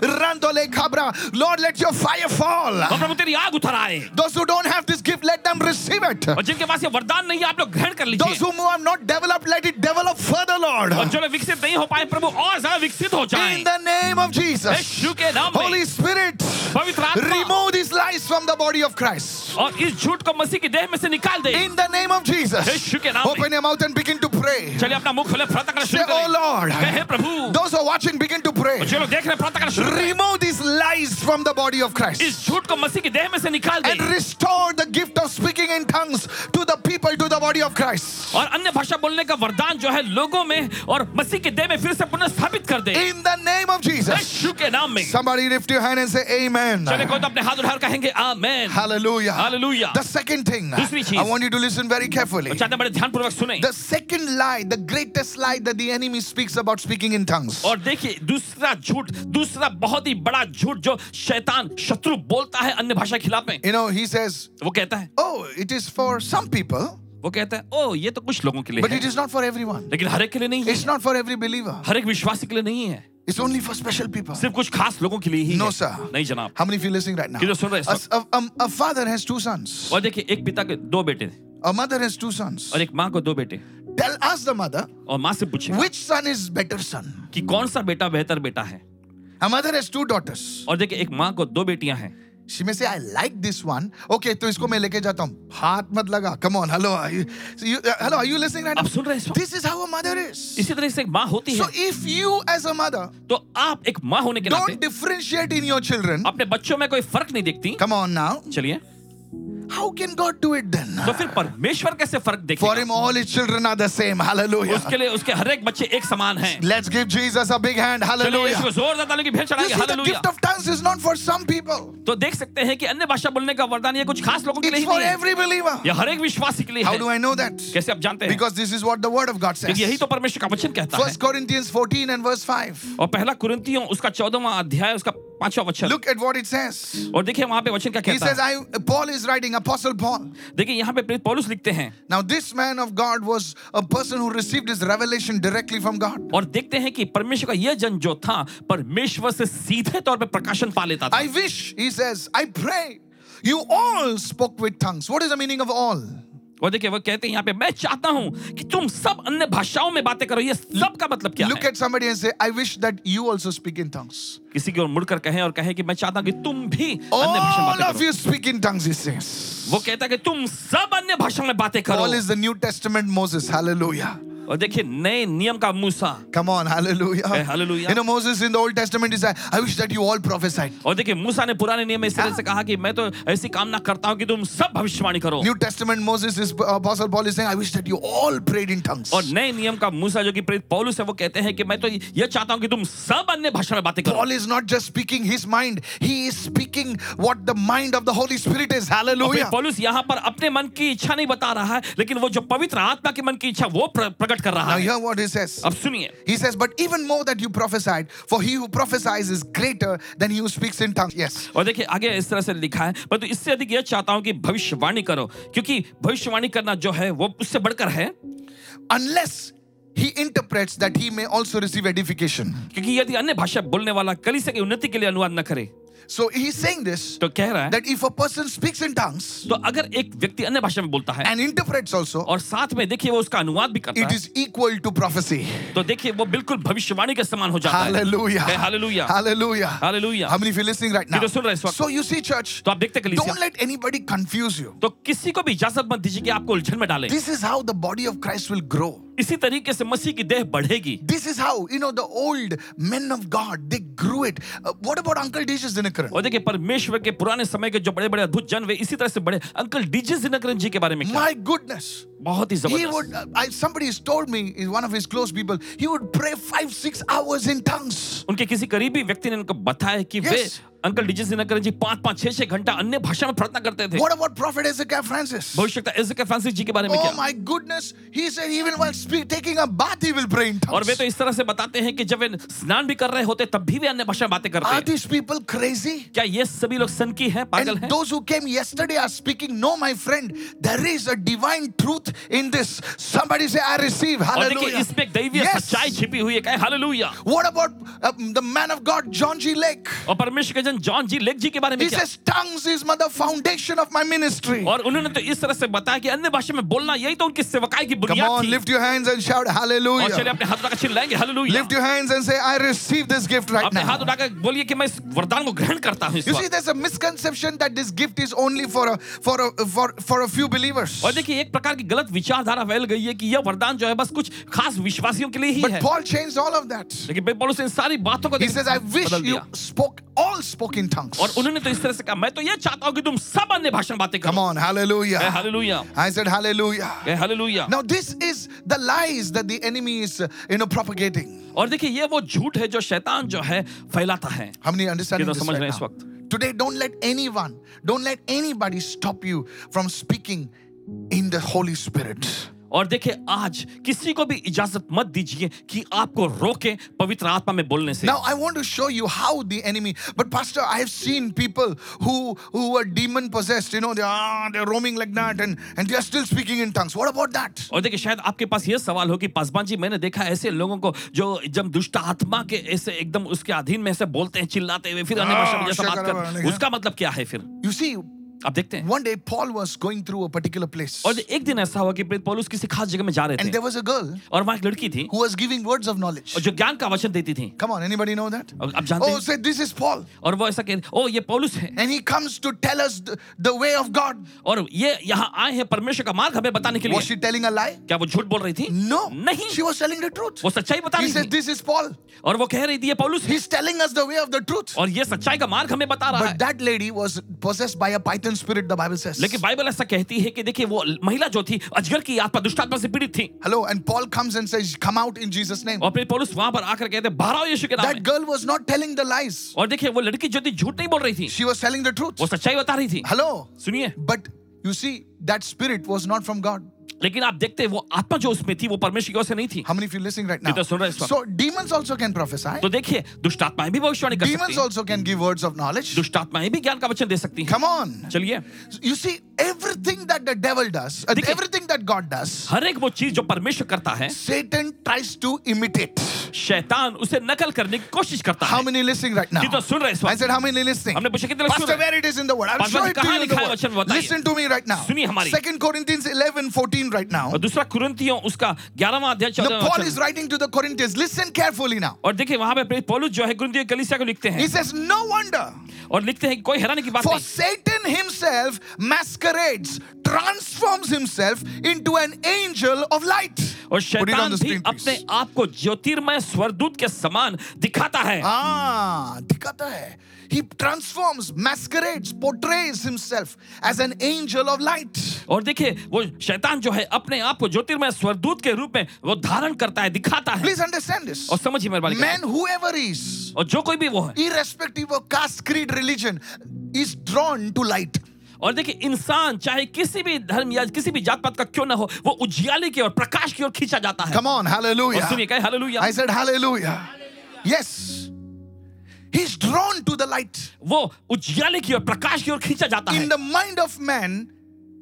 S1: randole cabra. Lord, let your fire
S2: और
S1: fall.
S2: प्रभु तेरी आग उतर आए
S1: Those who don't have this gift, let them receive it.
S2: और जिनके पास ये वरदान नहीं है आप लोग ग्रहण कर
S1: Those
S2: लीजिए
S1: who are not developed, let it develop further, Lord.
S2: और जो लोग विकसित नहीं हो पाए प्रभु और ज्यादा विकसित हो
S1: In
S2: जाए
S1: the name of Jesus.
S2: यीशु के नाम
S1: Holy
S2: में
S1: Spirit,
S2: पवित्र आत्मा
S1: remove these lies from the body of Christ.
S2: और इस झूठ को मसीह की देह में से निकाल दे
S1: In the name of Jesus.
S2: यीशु के नाम में
S1: Open your mouth and begin to pray.
S2: चलिए अपना मुख खोले प्रार्थना करना
S1: Say,
S2: शुरू
S1: Oh
S2: करें
S1: Lord,
S2: कहे प्रभु
S1: those who are watching, begin to pray.
S2: जो लोग देख रहे हैं प्रार्थना करना शुरू करें
S1: Remove these lies from the body of Christ.
S2: इस झूठ को मसीह की देह में से निकाल
S1: and
S2: they
S1: restore the gift of speaking in tongues to the people, to the body of Christ.
S2: और अन्य भाषा बोलने का वरदान जो है लोगों में और मसीह के देह में फिर से पुनः स्थापित कर दे
S1: In the name of Jesus.
S2: यीशु के नाम में
S1: Somebody lift your hand and say, Amen.
S2: चले कोई तो अपने हाथ उठाकर कहेंगे आमेन
S1: Hallelujah.
S2: Hallelujah
S1: The second thing,
S2: दूसरी चीज।
S1: I want you to listen very carefully.
S2: चाहते हैं बड़े ध्यानपूर्वक सुने
S1: The second lie, the greatest lie that the enemy speaks about speaking in tongues.
S2: और देखिए दूसरा झूठ दूसरा बहुत ही बड़ा झूठ जो शैतान शत्रु बोलता है अन्य भाषा के खिलाफ में
S1: You know, he says,
S2: वो कहता है
S1: Oh, it is for some people,
S2: वो कहता है ओ ये तो कुछ लोगों के लिए
S1: but
S2: है
S1: it is not for everyone.
S2: लेकिन हर एक के लिए नहीं है
S1: It's not for every believer.
S2: हर एक विश्वासी के लिए नहीं है
S1: It's only for special people.
S2: सिर्फ कुछ खास लोगों के लिए ही
S1: No,
S2: है
S1: sir.
S2: नहीं जनाब
S1: How many of you listening right now?
S2: कितने सुन रहे हैं
S1: A,
S2: इस
S1: a- um, a father has two sons.
S2: और देखिए एक पिता के दो बेटे
S1: A mother has two sons.
S2: और एक माँ को दो बेटे
S1: Tell us the mother
S2: और माँ से पूछे
S1: which son is better son.
S2: कि कौन सा बेटा बेहतर बेटा है
S1: Her mother has two daughters.
S2: और देखिए एक माँ को दो बेटियां हैं
S1: She may say, I like this one. Okay, तो इसको मैं लेके जाता हूँ. हाथ मत लगा. Come on, hello. Are you, so you, uh, hello, are you listening right
S2: आप
S1: now?
S2: सुन रहे हैं इस वक्त?
S1: This is how a mother is.
S2: इसी तरह से एक माँ होती है
S1: So if you as a mother
S2: तो आप एक माँ होने के
S1: don't
S2: नाते
S1: differentiate in your children,
S2: अपने बच्चों में कोई फर्क नहीं देखती
S1: come on now,
S2: चलिए
S1: how can God do it then?
S2: तो फिर परमेश्वर कैसे फर्क
S1: For
S2: देखेगा
S1: him, all his children are the same. Hallelujah.
S2: *laughs* उसके लिए उसके हर एक बच्चे एक समान हैं
S1: Let's give Jesus a big hand.
S2: चलिए
S1: Hallelujah.
S2: इसको जोरदार तालियों की भेंट
S1: You
S2: चढ़ाएंगे
S1: see, the
S2: hallelujah
S1: gift of tongues is not for some people.
S2: तो देख सकते हैं कि अन्य भाषा बोलने का वरदान ये कुछ खास लोगों के लिए
S1: It's
S2: ही
S1: for
S2: नहीं है
S1: every believer.
S2: यह हर एक विश्वासी के लिए
S1: How do
S2: है
S1: I know that?
S2: कैसे आप जानते हैं
S1: Because this is what the word of God
S2: क्योंकि यही
S1: says.
S2: तो परमेश्वर का वचन कहता है
S1: First Corinthians 14 and verse 5.
S2: और पहला कुरिन्थियों उसका चौदहवा अध्याय उसका पांचवा वचन
S1: Look at what it says.
S2: और देखिए वहां पे वचन क्या
S1: He
S2: कहता
S1: says, I Paul is writing, Apostle Paul.
S2: है देखिए यहाँ पे प्रेरित पौलुस लिखते हैं
S1: Now, this man of God was a person who received his revelation directly from God.
S2: और देखते हैं कि परमेश्वर का यह जन जो था परमेश्वर से सीधे तौर पर प्रकाशन पा लेता था
S1: I wish, he says, I pray you all spoke with tongues. What is the meaning of all?
S2: और देखिए वो कहते हैं यहाँ पे मैं चाहता हूँ कि तुम सब अन्य भाषाओं में बातें करो ये सब का मतलब क्या
S1: Look
S2: है
S1: at somebody and say, I wish that you also speak in tongues.
S2: किसी की ओर मुड़कर कहें और कहें कि मैं चाहता हूँ कि तुम भी अन्य भाषा में
S1: All
S2: बातें
S1: of
S2: करो
S1: you speak in tongues, he says.
S2: वो कहता है कि तुम सब अन्य भाषाओं में बातें करो
S1: Paul is the New Testament Moses. Hallelujah.
S2: और देखिए नए नियम का मूसा
S1: Come on, hallelujah.
S2: Hey, hallelujah.
S1: You know, Moses in the Old Testament is, I I wish that you all prophesied.
S2: और देखिए मूसा ने पुराने नियम में इस तरह से कहा कि मैं तो ऐसी कामना करता हूँ कि तुम सब भविष्यवाणी करो
S1: New Testament Moses is uh, Apostle Paul is saying, I wish that you all prayed in tongues.
S2: और नए नियम का मूसा जो कि प्रेरित पौलुस है वो कहते हैं कि मैं तो यह चाहता हूँ कि तुम सब अन्य भाषा में बातें करो
S1: Paul is not just speaking his mind, he is speaking what the mind of the Holy Spirit is.
S2: और फिर
S1: Hallelujah.
S2: पौलुस यहाँ पर अपने मन की इच्छा नहीं बता रहा है लेकिन वो जो पवित्र आत्मा के मन की इच्छा वो प्र- प्रकट कर रहा
S1: Now,
S2: है
S1: hear what he says.
S2: अब सुनिए
S1: He says, But even more that you prophesied, for he who prophesies is greater than he who speaks in tongues. Yes.
S2: और देखिए आगे इस तरह से लिखा है परंतु इससे अधिक यह चाहता हूं कि भविष्यवाणी करो क्योंकि भविष्यवाणी करना जो है वो उससे बढ़कर है
S1: Unless he interprets that he may also receive edification.
S2: क्योंकि यदि अन्य भाषा बोलने वाला कलिसे की उन्नति के लिए अनुवाद न करे
S1: So he's saying this
S2: तो कह रहा है
S1: that if a person speaks in tongues
S2: तो अगर एक व्यक्ति अन्य भाषा में बोलता है
S1: and interprets also,
S2: और साथ में देखिए वो उसका अनुवाद भी करता
S1: it
S2: है
S1: is equal to prophecy.
S2: तो देखिए वो बिल्कुल भविष्यवाणी के समान हो जाता
S1: Hallelujah.
S2: है hallelujah
S1: Hallelujah.
S2: Hallelujah.
S1: How many of you listening right now?
S2: कितने सुन रहे हैं इस वक्त?
S1: So you see, church,
S2: तो आप देखते हैं कलीसिया
S1: don't let anybody confuse you.
S2: तो किसी को भी इजाजत मत दीजिए कि आपको उलझन में डाले
S1: This is how the body of Christ will grow.
S2: इसी तरीके से मसीह की देह बढ़ेगी
S1: This is how, you know, the old men of God, they grew it. Uh, what about Uncle Dejas Dinakaran?
S2: और देखिए परमेश्वर के पुराने समय के जो बड़े बड़े अद्भुत जन वे इसी तरह से बड़े अंकल डीजे दिनकरन जी के बारे में क्या
S1: My goodness.
S2: बहुत ही
S1: He
S2: जबरदस्त
S1: would, uh, I, somebody has told me, is one of his close people, he would pray five, six hours in tongues.
S2: उनके किसी करीबी व्यक्ति ने उनको बताया कि वे
S1: Yes.
S2: Uncle DJ Dinakaran ji पांच पांच छह छह घंटा अन्य भाषा में प्रार्थना करते थे
S1: What about Prophet Ezekiel Francis?
S2: भविष्यता एजके फ्रांसिस जी के बारे में
S1: Oh
S2: क्या
S1: my goodness, he said even while speak, taking a bath, he will pray in
S2: और वे
S1: tongues.
S2: तो इस तरह से बताते हैं कि जब वे स्नान भी कर रहे होते तब भी वे अन्य भाषा में बातें करते
S1: Are
S2: हैं
S1: these people crazy?
S2: क्या ये सभी लोग सनकी हैं पागल
S1: And
S2: हैं
S1: those who came yesterday are speaking, No, my friend, there is a divine truth truth in this. Somebody say, I receive.
S2: और देखिए
S1: Hallelujah.
S2: इसमें एक दैवीय
S1: Yes.
S2: सच्चाई छिपी हुई है कहे hallelujah
S1: What about uh, the man of God, John G. Lake?
S2: और परमेश्वर के जन जॉन जी लेक जी के बारे में
S1: He
S2: क्या
S1: says, Tongues is my- the foundation of my ministry.
S2: और उन्होंने तो इस तरह से बताया कि अन्य भाषा में बोलना यही तो उनकी सेवकाई की
S1: Come
S2: बुनियाद
S1: on,
S2: थी
S1: lift your hands and shout,
S2: और चलिए
S1: Hallelujah.
S2: अपने हाथ उठाकर चिल्लाएंगे लाएंगे hallelujah
S1: Lift your hands and say, I receive this gift right
S2: अपने हाथ
S1: now.
S2: उठाकर तो बोलिए कि मैं इस वरदान को ग्रहण करता हूँ इस
S1: You see,
S2: वक्त।
S1: there's a misconception that this gift is only for a, for a, for, for a few believers.
S2: और देखिए एक प्रकार की गलत विचारधारा फैल गई है कि यह वरदान जो है बस कुछ खास विश्वासियों के लिए ही है
S1: But Paul changed all of that.
S2: लेकिन भाई पौलुस इन सारी बातों को
S1: He
S2: देख-
S1: says, I wish
S2: बदल
S1: you
S2: दिया।
S1: spoke all spoke in tongues.
S2: और उन्होंने तो इस तरह से कहा मैं तो ये चाहता हूँ कि तुम सब अन्य भाषा में बातें
S1: Come
S2: करो
S1: on,
S2: कहे
S1: hallelujah.
S2: Hallelujah
S1: I said, hallelujah.
S2: कहे hallelujah
S1: Now, this is the lies that the enemy is, uh, you know, propagating.
S2: और देखिए ये वो झूठ है जो शैतान जो है फैलाता है
S1: How many understanding
S2: कितना
S1: this
S2: समझ रहे
S1: right
S2: हैं इस
S1: now?
S2: वक्त?
S1: Today, don't let anyone, don't let anybody stop you from speaking in the Holy Spirit.
S2: और देखिए आज किसी को भी इजाजत मत दीजिए कि आपको रोके पवित्र आत्मा में बोलने से
S1: Now, I want to show you how the enemy. But Pastor, I have seen people who who are demon possessed. You know, they are they're roaming like that, and and they are still speaking in tongues. What about that?
S2: और देखिए शायद आपके पास ये सवाल हो कि पासवान जी मैंने देखा ऐसे लोगों को जो जब दुष्ट आत्मा के ऐसे एकदम उसके अधीन में ऐसे बोलते हैं चिल्लाते हुए फिर अन्य
S1: हाँ,
S2: भाषा में जैसा बात
S1: शकर
S2: कर
S1: वाले।
S2: उसका मतलब क्या है फिर
S1: You see,
S2: आप देखते हैं
S1: one day Paul was going through a particular place,
S2: और एक दिन ऐसा हुआ कि प्रेरित पौलुस किसी खास जगह में जा रहे
S1: and
S2: थे
S1: there was a girl
S2: और वहां एक लड़की थी
S1: who was giving words of knowledge.
S2: और जो ज्ञान का वचन देती थी
S1: Come on, anybody know that?
S2: और आप जानते
S1: Oh,
S2: हैं
S1: say this is Paul,
S2: और वो ऐसा कह ओ ये पौलुस है
S1: and he comes to tell us the, the way of God.
S2: और ये यहाँ आए हैं परमेश्वर का मार्ग हमें बताने के
S1: Was
S2: लिए
S1: she telling a lie?
S2: क्या वो झूठ बोल रही थी
S1: No,
S2: नहीं
S1: she was telling the truth.
S2: वो सच्चाई बता
S1: He
S2: रही
S1: said,
S2: थी
S1: "This is Paul.
S2: और वो कह रही थी ये पौलुस है
S1: He's telling us the way of the truth."
S2: और ये सच्चाई का मार्ग हमें बता रहा है
S1: But that lady was possessed by a python spirit. The Bible says.
S2: लेकिन बाइबल ऐसा कहती है कि देखिए वो महिला जो थी अजगर की आत्मा दुष्ट आत्मा से पीड़ित थी
S1: Hello, and Paul comes and says, "Come out in Jesus' name."
S2: और फिर पौलुस वहां पर आकर कहते बाहर आओ यीशु के नाम
S1: That
S2: में
S1: girl was not telling the lies.
S2: और देखिए वो लड़की जो थी झूठ नहीं बोल रही थी
S1: She was telling the truth.
S2: वो सच्चाई बता रही थी
S1: Hello.
S2: सुनिए
S1: But you see, that spirit was not from God.
S2: लेकिन आप देखते हैं वो आत्मा जो उसमें थी वो परमेश्वर की ओर से नहीं थी
S1: How many of you listening right now?
S2: कितना सुन रहा है इस वक्त?
S1: So demons also can prophesy.
S2: तो देखिए दुष्ट आत्माएं भी भविष्यवाणी कर सकती
S1: Demons
S2: हैं
S1: also can give words of knowledge.
S2: दुष्ट आत्माएं भी ज्ञान का वचन दे सकती हैं
S1: Come on.
S2: चलिए
S1: You see, everything that the devil does, and
S2: देखिए।
S1: everything that God does,
S2: हर एक वो चीज जो परमेश्वर करता है
S1: Satan tries to imitate.
S2: शैतान उसे नकल करने की कोशिश करता
S1: How
S2: है
S1: many listening right now?
S2: कितना सुन रहे हैं इस
S1: I
S2: वक्त
S1: said, how many listening?
S2: हमने पूछा कितने लोग सुन
S1: Pastor,
S2: रहे
S1: where it is in the word? I'll
S2: Paswan
S1: show
S2: ji,
S1: it to you
S2: कहाँ
S1: in the
S2: लिखा है वचन
S1: word.
S2: बताइए।
S1: Listen to me right now.
S2: सुनिए हमारी।
S1: Second Corinthians 11, 14 right now.
S2: और दूसरा कुरंतियों उसका ग्यारहवां अध्याय
S1: Now,
S2: चौदह
S1: Paul is writing to the Corinthians. Listen carefully now.
S2: और देखिए वहां पे प्रेरित पौलुस जो है कुरंतियों की कलीसिया को लिखते हैं
S1: He says, no wonder.
S2: और लिखते हैं कि कोई हैरानी की बात
S1: For
S2: नहीं
S1: Satan himself masquerades, transforms himself into an angel of light.
S2: और
S1: Put it on
S2: शैतान
S1: the
S2: भी
S1: screen, please.
S2: अपने आप को ज्योतिर्मय स्वरदूत के समान दिखाता है
S1: Ah, दिखाता है. He transforms, masquerades, portrays himself as an angel of light.
S2: और देखिए वो शैतान जो है अपने आप को ज्योतिर्मय स्वरदूत के रूप में वो धारण करता है दिखाता है
S1: Please understand this.
S2: और समझिए मेहरबानी करके।
S1: Man, whoever is,
S2: और जो कोई भी वो है
S1: irrespective of caste, creed, religion, is drawn to light.
S2: और देखिए इंसान चाहे किसी भी धर्म या किसी भी जात पात का क्यों ना हो वो उजियाले की ओर प्रकाश की ओर खींचा जाता है
S1: Come on,
S2: और
S1: hallelujah.
S2: सुनिए कहे hallelujah
S1: I said, hallelujah. Yes. He's drawn to the light.
S2: वो उजियाले की ओर प्रकाश की ओर खींचा जाता है
S1: In the mind of man,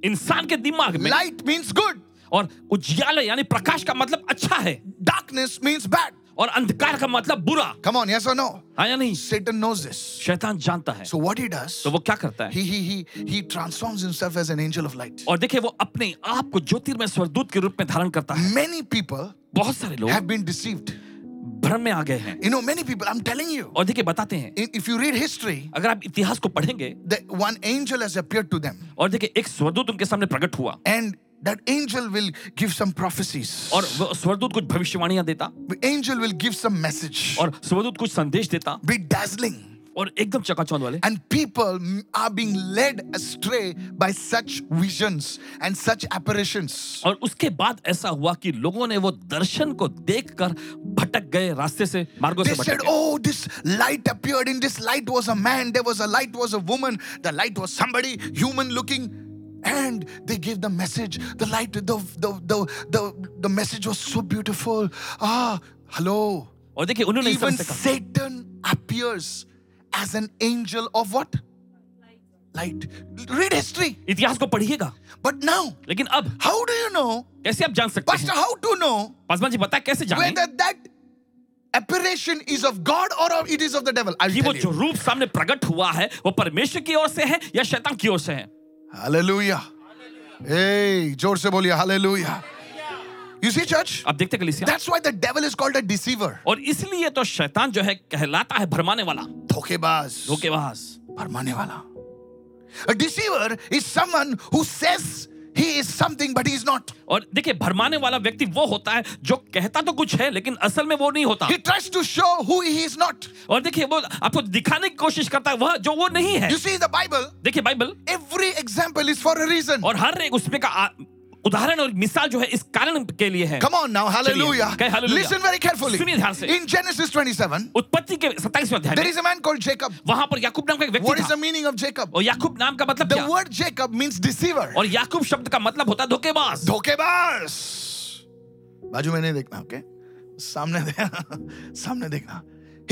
S2: इंसान के दिमाग में
S1: light means good,
S2: और उजियाले यानी प्रकाश का मतलब अच्छा है
S1: darkness means bad.
S2: और अंधकार का मतलब बुरा
S1: Come on, yes or no?
S2: हाँ या नहीं
S1: Satan knows this.
S2: शैतान जानता है
S1: So what he does,
S2: तो वो क्या करता है
S1: he he he he transforms himself as an angel of light.
S2: और देखिए वो अपने आप को ज्योतिर्मय स्वरदूत के रूप में धारण करता है
S1: Many people
S2: बहुत सारे लोग
S1: have been deceived.
S2: भ्रम में आ गए हैं
S1: You know, many people, I'm telling you,
S2: और देखिए बताते हैं
S1: i- if you read history,
S2: अगर आप इतिहास को पढ़ेंगे
S1: that one angel has appeared to them,
S2: और देखिए एक स्वरदूत उनके सामने प्रकट हुआ
S1: and that angel will give some prophecies.
S2: और वो स्वरदूत कुछ भविष्यवाणियां देता
S1: The angel will give some message.
S2: और स्वरदूत कुछ संदेश देता
S1: Be dazzling.
S2: और एकदम चकाचौंध वाले
S1: And people m- are being led astray by such visions and such apparitions.
S2: और उसके बाद ऐसा हुआ कि लोगों ने वो दर्शन को देखकर भटक गए रास्ते से मार्गों
S1: They
S2: से
S1: said,
S2: भटक गए
S1: Oh, this light appeared. In this light was a man, there was a light, was a woman, the light was somebody human looking. And they gave the message. The light, the, the, the, the, the message was so beautiful. Ah, hello.
S2: और देखिए उन्होंने इस तरह
S1: Even
S2: से कहा
S1: Satan appears as an angel of what? light. Read history.
S2: इतिहास को पढ़िएगा
S1: But now,
S2: लेकिन अब
S1: how do you know,
S2: कैसे आप जान सकते
S1: Pastor,
S2: हैं
S1: how to know
S2: Paswan ji बता कैसे जाने
S1: whether that apparition is of God or of- it is of the devil? I'll
S2: कि वो
S1: tell
S2: जो
S1: you.
S2: रूप सामने प्रकट हुआ है वो परमेश्वर की ओर से है या शैतान की ओर से है
S1: Hallelujah. Hey, जोर से बोलिए hallelujah. You see, church?
S2: आप देखते कलिसिया
S1: That's why the devil is called a deceiver.
S2: और इसलिए तो शैतान जो है कहलाता है भरमाने वाला
S1: धोखेबाज
S2: धोखेबाज
S1: भरमाने वाला A deceiver is someone who says he is something but he is not.
S2: और देखिए भरमाने वाला व्यक्ति वो होता है जो कहता तो कुछ है लेकिन असल में वो नहीं होता
S1: He tries to show who he is not.
S2: और देखिए वो आपको दिखाने की कोशिश करता है वह जो वो नहीं है
S1: You see, the Bible,
S2: देखिए Bible
S1: every example is for a reason.
S2: और हर एक उसमें का आ- उदाहरण और मिसाल जो है इस कारण के लिए है
S1: Come on now, hallelujah.
S2: Okay, hallelujah.
S1: Listen very carefully.
S2: सुनिए ध्यान से।
S1: In Genesis 27,
S2: उत्पत्ति के 27वें अध्याय
S1: there
S2: में
S1: is a man called Jacob.
S2: वहां पर याकूब नाम का एक
S1: What
S2: व्यक्ति
S1: is the
S2: था
S1: meaning of Jacob?
S2: और याकूब नाम का मतलब
S1: The
S2: क्या
S1: word Jacob means deceiver.
S2: और याकूब शब्द का मतलब होता है धोखेबाज
S1: धोखेबाज बाजू में नहीं देखना ओके सामने दे- सामने देखना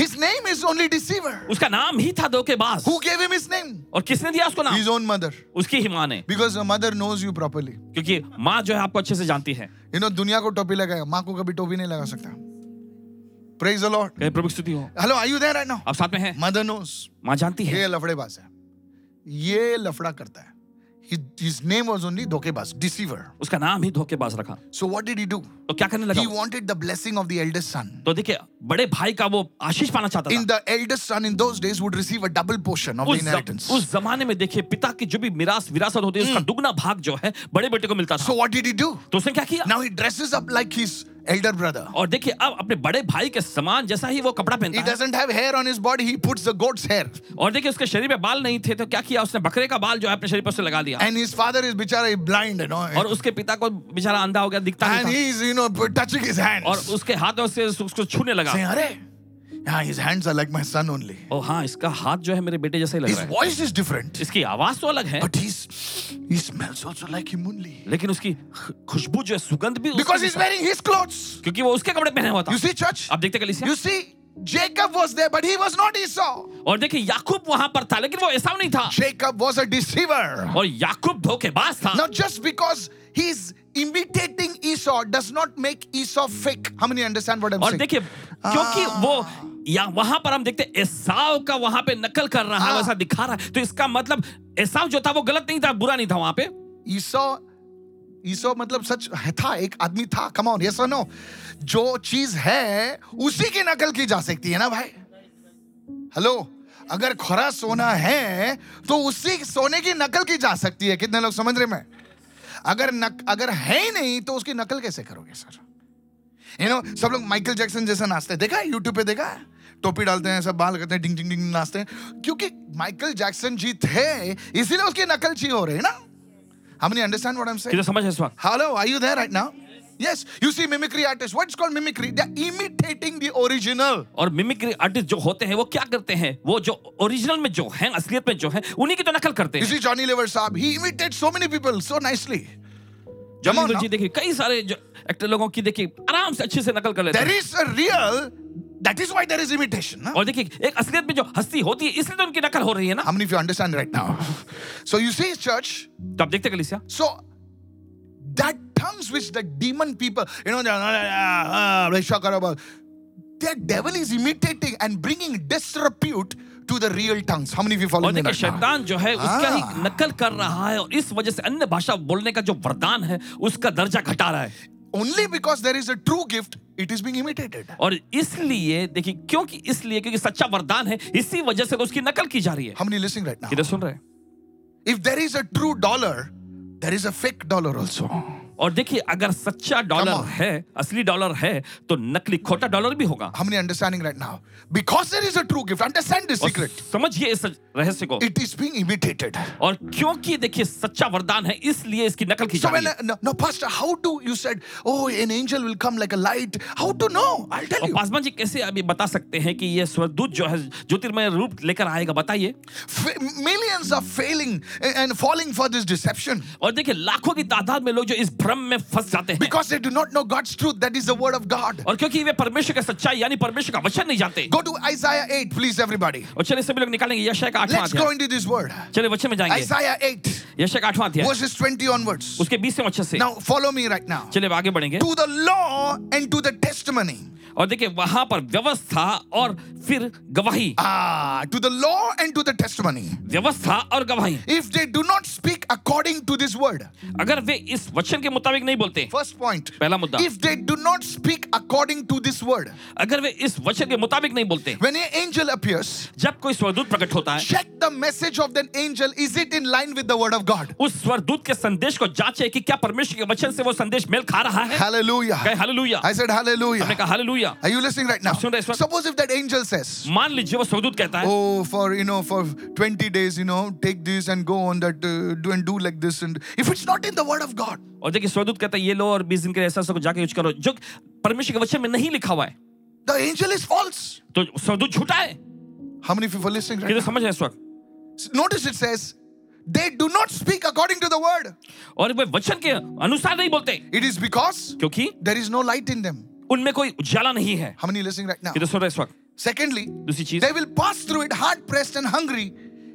S1: *laughs* His name is only deceiver.
S2: उसका नाम ही था धोखेबाज
S1: Who gave him his name?
S2: और किसने दिया उसको नाम
S1: His own mother.
S2: उसकी ही माँ ने
S1: Because a mother knows you properly.
S2: क्योंकि माँ जो है आपको अच्छे से जानती है
S1: You know, दुनिया को टोपी लगाया माँ को कभी टोपी नहीं लगा सकता प्रेज द लॉर्ड
S2: कहे प्रभु की स्तुति हो
S1: hello are you there right now
S2: आप साथ में हैं
S1: मदर नोस
S2: माँ जानती है
S1: ये लफड़ेबाज है ये लफड़ा करता है his name was only धोखेबाज deceiver
S2: उसका नाम ही धोखेबाज रखा
S1: so what did he do
S2: तो क्या करने
S1: he
S2: लगा
S1: wanted the blessing of the eldest son
S2: तो देखिए बड़े भाई का वो आशीष पाना चाहता
S1: in
S2: था
S1: the eldest son in those days would receive a double portion of the
S2: उस,
S1: inheritance. Mm.
S2: ज, उस जमाने में देखिए पिता की जो भी मिरास विरासत होती है उसका दुगना भाग जो है बड़े बेटे को मिलता
S1: So
S2: था
S1: what did he do?
S2: तो उसने क्या किया
S1: Now he dresses up like his elder brother.
S2: और देखिए अब अपने बड़े भाई के समान जैसा ही वो कपड़ा
S1: He
S2: पहनता है
S1: doesn't have hair on his body, he puts the goat's hair.
S2: और देखिए उसके शरीर में बाल नहीं थे तो क्या किया उसने बकरे का बाल जो है अपने शरीर पर से लगा दिया
S1: And his father is bichara blind, you
S2: और
S1: know.
S2: उसके पिता को बेचारा अंधा हो गया दिखता
S1: And
S2: नहीं
S1: he's, you know, touching his hands.
S2: था और उसके हाथों से उस- उसको छूने लगा
S1: Saying, Are, yeah, his hands are like my son only.
S2: ओ हाँ इसका हाथ जो है मेरे बेटे जैसा ही लग
S1: His
S2: रहा है
S1: voice is different.
S2: इसकी आवाज तो अलग है
S1: But he's he smells also like him only.
S2: लेकिन उसकी खुशबू जो है सुगंध भी उसकी
S1: Because
S2: भी
S1: he's wearing his clothes.
S2: क्योंकि वो उसके कपड़े पहने हुआ था
S1: You see, church?
S2: आप देखते कलिसिया
S1: You see, Jacob was there, but he was not Esau.
S2: और देखिए याकूब वहां पर था लेकिन वो ऐसा नहीं था
S1: Jacob was a deceiver.
S2: और याकूब धोखेबाज था
S1: Now, just because he's imitating Esau does not make Esau fake. How many understand what I'm
S2: और
S1: saying?
S2: देखिए क्योंकि
S1: "Ah."
S2: वो या वहां पर हम देखते हैं एसाव का वहां पे नकल कर रहा है
S1: हाँ।
S2: वैसा दिखा रहा है तो इसका मतलब एसाव जो था वो गलत नहीं था बुरा नहीं था वहां पे
S1: Esau, Esau मतलब सच है- था एक आदमी था कम ऑन यस और नो जो चीज है उसी की नकल की जा सकती है ना भाई हेलो अगर खरा सोना है तो उसी सोने की नकल की जा सकती है कितने लोग समझ रहे हैं मैं अगर नक, अगर है ही नहीं तो उसकी नकल कैसे करोगे सर यू नो सब लोग माइकल जैक्सन जैसा नाचते हैं देखा है यूट्यूब पे देखा है टोपी डालते हैं सब बाल करते हैं डिंग डिंग डिंग नाचते हैं क्योंकि माइकल जैक्सन जी थे इसीलिए उसकी नकल छी हो रही है ना हम नहीं अंडरस्टैंड व्हाट आई एम
S2: किधर समझ है इस बात
S1: Hello, are you there right now? Yes, you see mimicry artists. What's called mimicry? They're imitating the original.
S2: और मिमिक्री आर्टिस्ट जो होते हैं वो क्या करते हैं वो जो ओरिजिनल में जो है असलियत में जो है उन्हीं की तो नकल करते
S1: You
S2: हैं
S1: see Johnny Lever Saab, he imitates so many people so nicely. Come
S2: जमीन
S1: on now.
S2: जी देखिए कई सारे जो एक्टर लोगों की देखिए आराम से अच्छे से नकल कर लेते
S1: There
S2: हैं
S1: is a real, that is why there is imitation. huh?
S2: और देखिए एक असलियत में जो हस्ती होती है इसलिए तो उनकी नकल हो रही है ना
S1: How many of you understand right now? *laughs* So you see, church,
S2: तो आप देखते हैं कलिसिया
S1: so that tongues which the demon people, you know, they're, their devil is imitating and bringing disrepute to the real tongues. How many of you follow
S2: और
S1: me right
S2: देखिए
S1: now?
S2: शैतान जो है उसका
S1: हाँ।
S2: ही नकल कर रहा है और इस वजह से अन्य भाषा बोलने का जो वरदान है उसका दर्जा घटा रहा है
S1: only because there is a true gift it is being imitated
S2: और इसलिए देखिए क्योंकि इसलिए क्योंकि सच्चा वरदान है इसी वजह से तो उसकी नकल की जा रही है
S1: how many listening right now
S2: इधर सुन रहे हैं
S1: if there is a true dollar there is a fake dollar also
S2: और देखिए अगर सच्चा
S1: Come
S2: डॉलर
S1: on.
S2: है असली डॉलर है तो नकली खोटा डॉलर भी होगा
S1: how many understanding right now because there is a true gift understand this
S2: और
S1: secret
S2: समझिए इस रहस्य को
S1: it is being imitated
S2: और क्योंकि देखिए सच्चा वरदान है इसलिए इसकी नकल की जा
S1: so
S2: रही
S1: when
S2: है
S1: no, no pastor how do you said oh an angel will come like a light how to know i'll tell
S2: और
S1: you
S2: पासवान जी कैसे अभी बता सकते हैं कि ये स्वरदूत जो है ज्योतिर्मय रूप लेकर आएगा बताइए
S1: F- millions are failing and falling for this deception
S2: और देखिए लाखों की तादाद में लोग जो इस भ्रम भ्रम में फंस जाते हैं
S1: because they do not know God's truth. That is the word of God.
S2: और क्योंकि वे परमेश्वर का सच्चाई यानी परमेश्वर का वचन नहीं जानते
S1: Go to Isaiah 8, please, everybody.
S2: और चलिए सभी लोग निकालेंगे यशय का आठवां
S1: Let's go
S2: अध्याय
S1: into this word.
S2: चलिए वचन में जाएंगे
S1: Isaiah 8,
S2: यशय का आठवां अध्याय
S1: verses 20 onwards.
S2: उसके बीसवें वचन से
S1: Now, follow me right now.
S2: चलिए अब आगे बढ़ेंगे
S1: To the law and to the testimony.
S2: और देखिए वहां पर व्यवस्था और फिर गवाही
S1: Ah, to the law and to the testimony.
S2: व्यवस्था और गवाही
S1: If they do not speak according to this word,
S2: अगर वे इस वचन के मुताबिक नहीं बोलते
S1: first point.
S2: पहला मुद्दा
S1: If they do not speak according to this word,
S2: अगर वे इस वचन के मुताबिक नहीं बोलते
S1: when an angel appears,
S2: जब कोई स्वरदूत प्रकट होता है
S1: check the message of that angel. Is it in line with the word of God?
S2: उस स्वरदूत के संदेश को जांचे कि क्या परमेश्वर के वचन से वो संदेश मेल खा रहा
S1: हाँ।
S2: है कहे
S1: Hallelujah.
S2: हालेलूया
S1: I said
S2: हमने
S1: hallelujah.
S2: कहा hallelujah
S1: Are you listening right now?
S2: सुन रहे हैं इस वक्त?
S1: Suppose if that angel says,
S2: मान लीजिए वो स्वरदूत कहता है
S1: "Oh, for you know, for 20 days, you know, take this and go on that, uh, do and do like this," and if it's not in the Word of God,
S2: और देखिए स्वरदूत कहता है ये लो और बीस दिन के एहसास को जाके यूज करो जो परमेश्वर के वचन में नहीं लिखा हुआ है
S1: the angel is false.
S2: तो स्वरदूत झूठा है
S1: How many people are listening right
S2: ये तो
S1: now?
S2: समझ है इस वक्त
S1: Notice it says, "They do not speak according to the Word."
S2: और वे वचन के अनुसार नहीं बोलते
S1: It is because
S2: क्योंकि
S1: there is no light in them.
S2: उनमें कोई उजाला नहीं है
S1: How many are listening right now?
S2: ये तो सुन रहे हैं इस वक्त
S1: Secondly,
S2: दूसरी चीज
S1: They will pass through it hard pressed and hungry.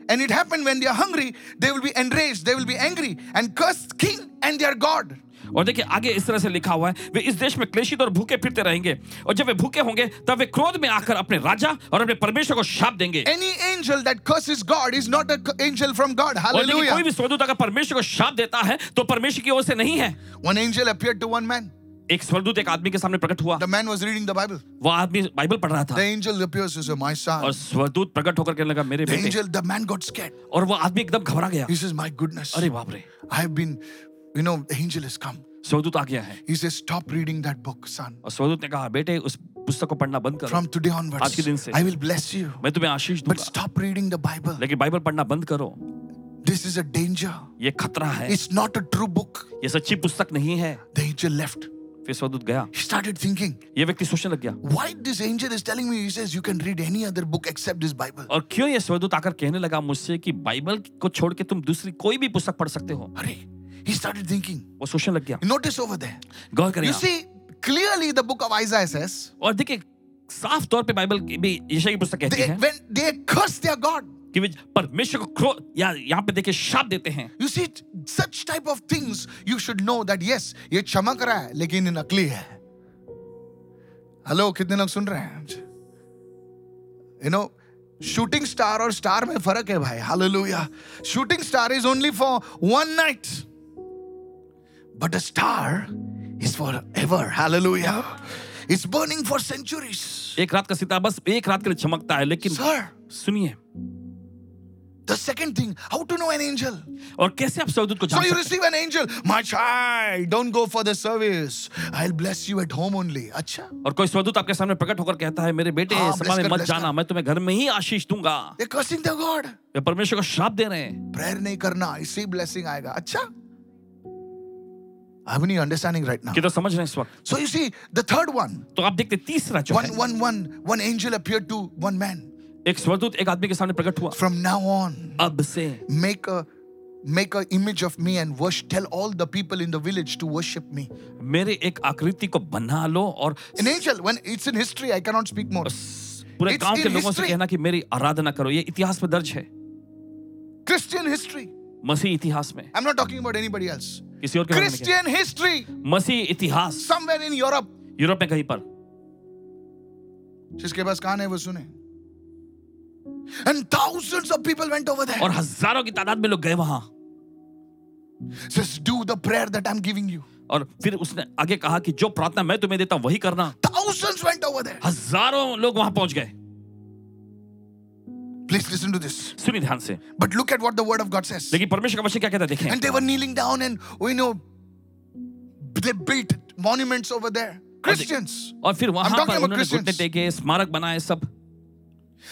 S1: And it happened when they are hungry, they will be enraged, they will be angry and curse king and their God.
S2: और देखिए आगे इस तरह से लिखा हुआ है वे इस देश में क्लेशित और भूखे फिरते रहेंगे और जब वे भूखे होंगे तब वे क्रोध में आकर अपने राजा और अपने परमेश्वर को शाप देंगे
S1: Any angel that curses God is not an angel from God.
S2: और देखिए कोई
S1: Hallelujah.
S2: भी स्वरदूत अगर परमेश्वर को शाप देता है तो परमेश्वर की ओर से नहीं है
S1: One angel appeared to one man.
S2: एक स्वरदूत एक आदमी के सामने प्रकट हुआ
S1: The man was reading the Bible.
S2: वो आदमी बाइबल पढ़ रहा
S1: The
S2: था
S1: angel appears and says, My
S2: और
S1: son.
S2: स्वरदूत प्रकट होकर कहने लगा मेरे
S1: The
S2: बेटे
S1: angel, the man got scared.
S2: और वो आदमी एकदम घबरा गया
S1: He says, My goodness.
S2: अरे बाप रे
S1: I've been, you know, the angel has come.
S2: स्वरदूत आ गया है
S1: He says, Stop reading that book, son.
S2: और स्वरदूत ने कहा बेटे उस पुस्तक को पढ़ना बंद करो
S1: From today
S2: आज के दिन
S1: onwards,
S2: से।
S1: I will bless you.
S2: मैं तुम्हें आशीष
S1: But
S2: दूंगा
S1: stop reading the Bible.
S2: लेकिन बाइबल पढ़ना बंद करो
S1: This is a danger.
S2: ये खतरा है
S1: It's not a true book.
S2: ये सच्ची पुस्तक नहीं है
S1: The angel left.
S2: फिर स्वरदूत गया
S1: He started thinking,
S2: ये व्यक्ति सोचने लग गया
S1: why this angel is telling me? He says, you can read any other book except this Bible.
S2: और क्यों ये स्वरदूत आकर कहने लगा मुझसे कि बाइबल को छोड़ के तुम दूसरी कोई भी पुस्तक पढ़ सकते हो
S1: Hurry. He started thinking.
S2: वो सोचने लग गया
S1: Notice over there.
S2: गौर करें
S1: You
S2: आप।
S1: see, clearly the book of Isaiah says,
S2: और देखिए साफ तौर पे बाइबल की भी यशाई की पुस्तक कहती
S1: they,
S2: है
S1: when they curse their God.
S2: कि वे परमेश्वर को क्रो या यहाँ पे देखिए शाप देते हैं
S1: You see, such type of things, you should know that yes, ये चमक रहा है, लेकिन ये नकली है. Hello, कितने लोग सुन रहे हैं? मुझे? You know, shooting star और star में फर्क है भाई. Hallelujah. Shooting star is only for one night. But a star is forever. Hallelujah. It's burning for centuries.
S2: एक रात का सितारा बस एक रात के लिए चमकता है लेकिन
S1: Sir,
S2: सुनिए
S1: the second thing, how to know an angel?
S2: और कैसे आप स्वरदूत को
S1: So
S2: जान
S1: you
S2: सकते
S1: receive an angel. My child, don't go for the service. I'll bless you at home only. Acha.
S2: हैं? और कोई स्वरदूत आपके सामने प्रकट होकर कहता है मेरे बेटे
S1: हाँ,
S2: सभा
S1: bless
S2: में
S1: कर,
S2: मत
S1: bless
S2: जाना
S1: कर।
S2: मैं तुम्हें घर में ही आशीष दूंगा
S1: They're cursing the God.
S2: वे परमेश्वर को श्राप दे रहे हैं
S1: Prayer nahi karna. Isi blessing aega. Acha. How many are understanding right now?
S2: कि तो समझ रहे हैं इस वक्त
S1: So you see, the third one.
S2: तो आप देखते हैं, तीसरा जो है
S1: One, one, one, one angel appeared to one man.
S2: एक स्वरदूत एक आदमी के सामने प्रकट हुआ
S1: From now on,
S2: अब से
S1: make a make a image of me and worship. Tell all the people in the village to worship me.
S2: मेरे एक आकृति को बना लो और
S1: An angel. When it's in history, I cannot speak more.
S2: पूरे
S1: It's
S2: गांव के
S1: in
S2: लोगों से
S1: history.
S2: कहना कि मेरी आराधना करो ये इतिहास में दर्ज है
S1: Christian history.
S2: मसीह इतिहास में
S1: I'm not talking about anybody else.
S2: किसी और के बारे में नहीं
S1: Christian history.
S2: कहना। मसीह इतिहास
S1: somewhere in Europe.
S2: यूरोप में कहीं पर
S1: जिसके पास कान है वो सुने And thousands of people went over there.
S2: और हजारों की तादाद में लोग गए वहां
S1: Says, do the prayer that I'm giving you.
S2: और फिर उसने आगे कहा कि जो प्रार्थना मैं तुम्हें देता हूं वही करना
S1: Thousands went over there.
S2: हजारों लोग वहां पहुंच गए
S1: Please listen to this.
S2: सुनिए ध्यान से
S1: But look at what the word of God says.
S2: लेकिन परमेश्वर का वचन क्या कहता है देखें
S1: And they were kneeling down and we know they built monuments over there. Christians.
S2: और फिर
S1: I'm
S2: वहां
S1: talking about
S2: पर उन्होंने घुटने
S1: Christians.
S2: टेके स्मारक बनाए सब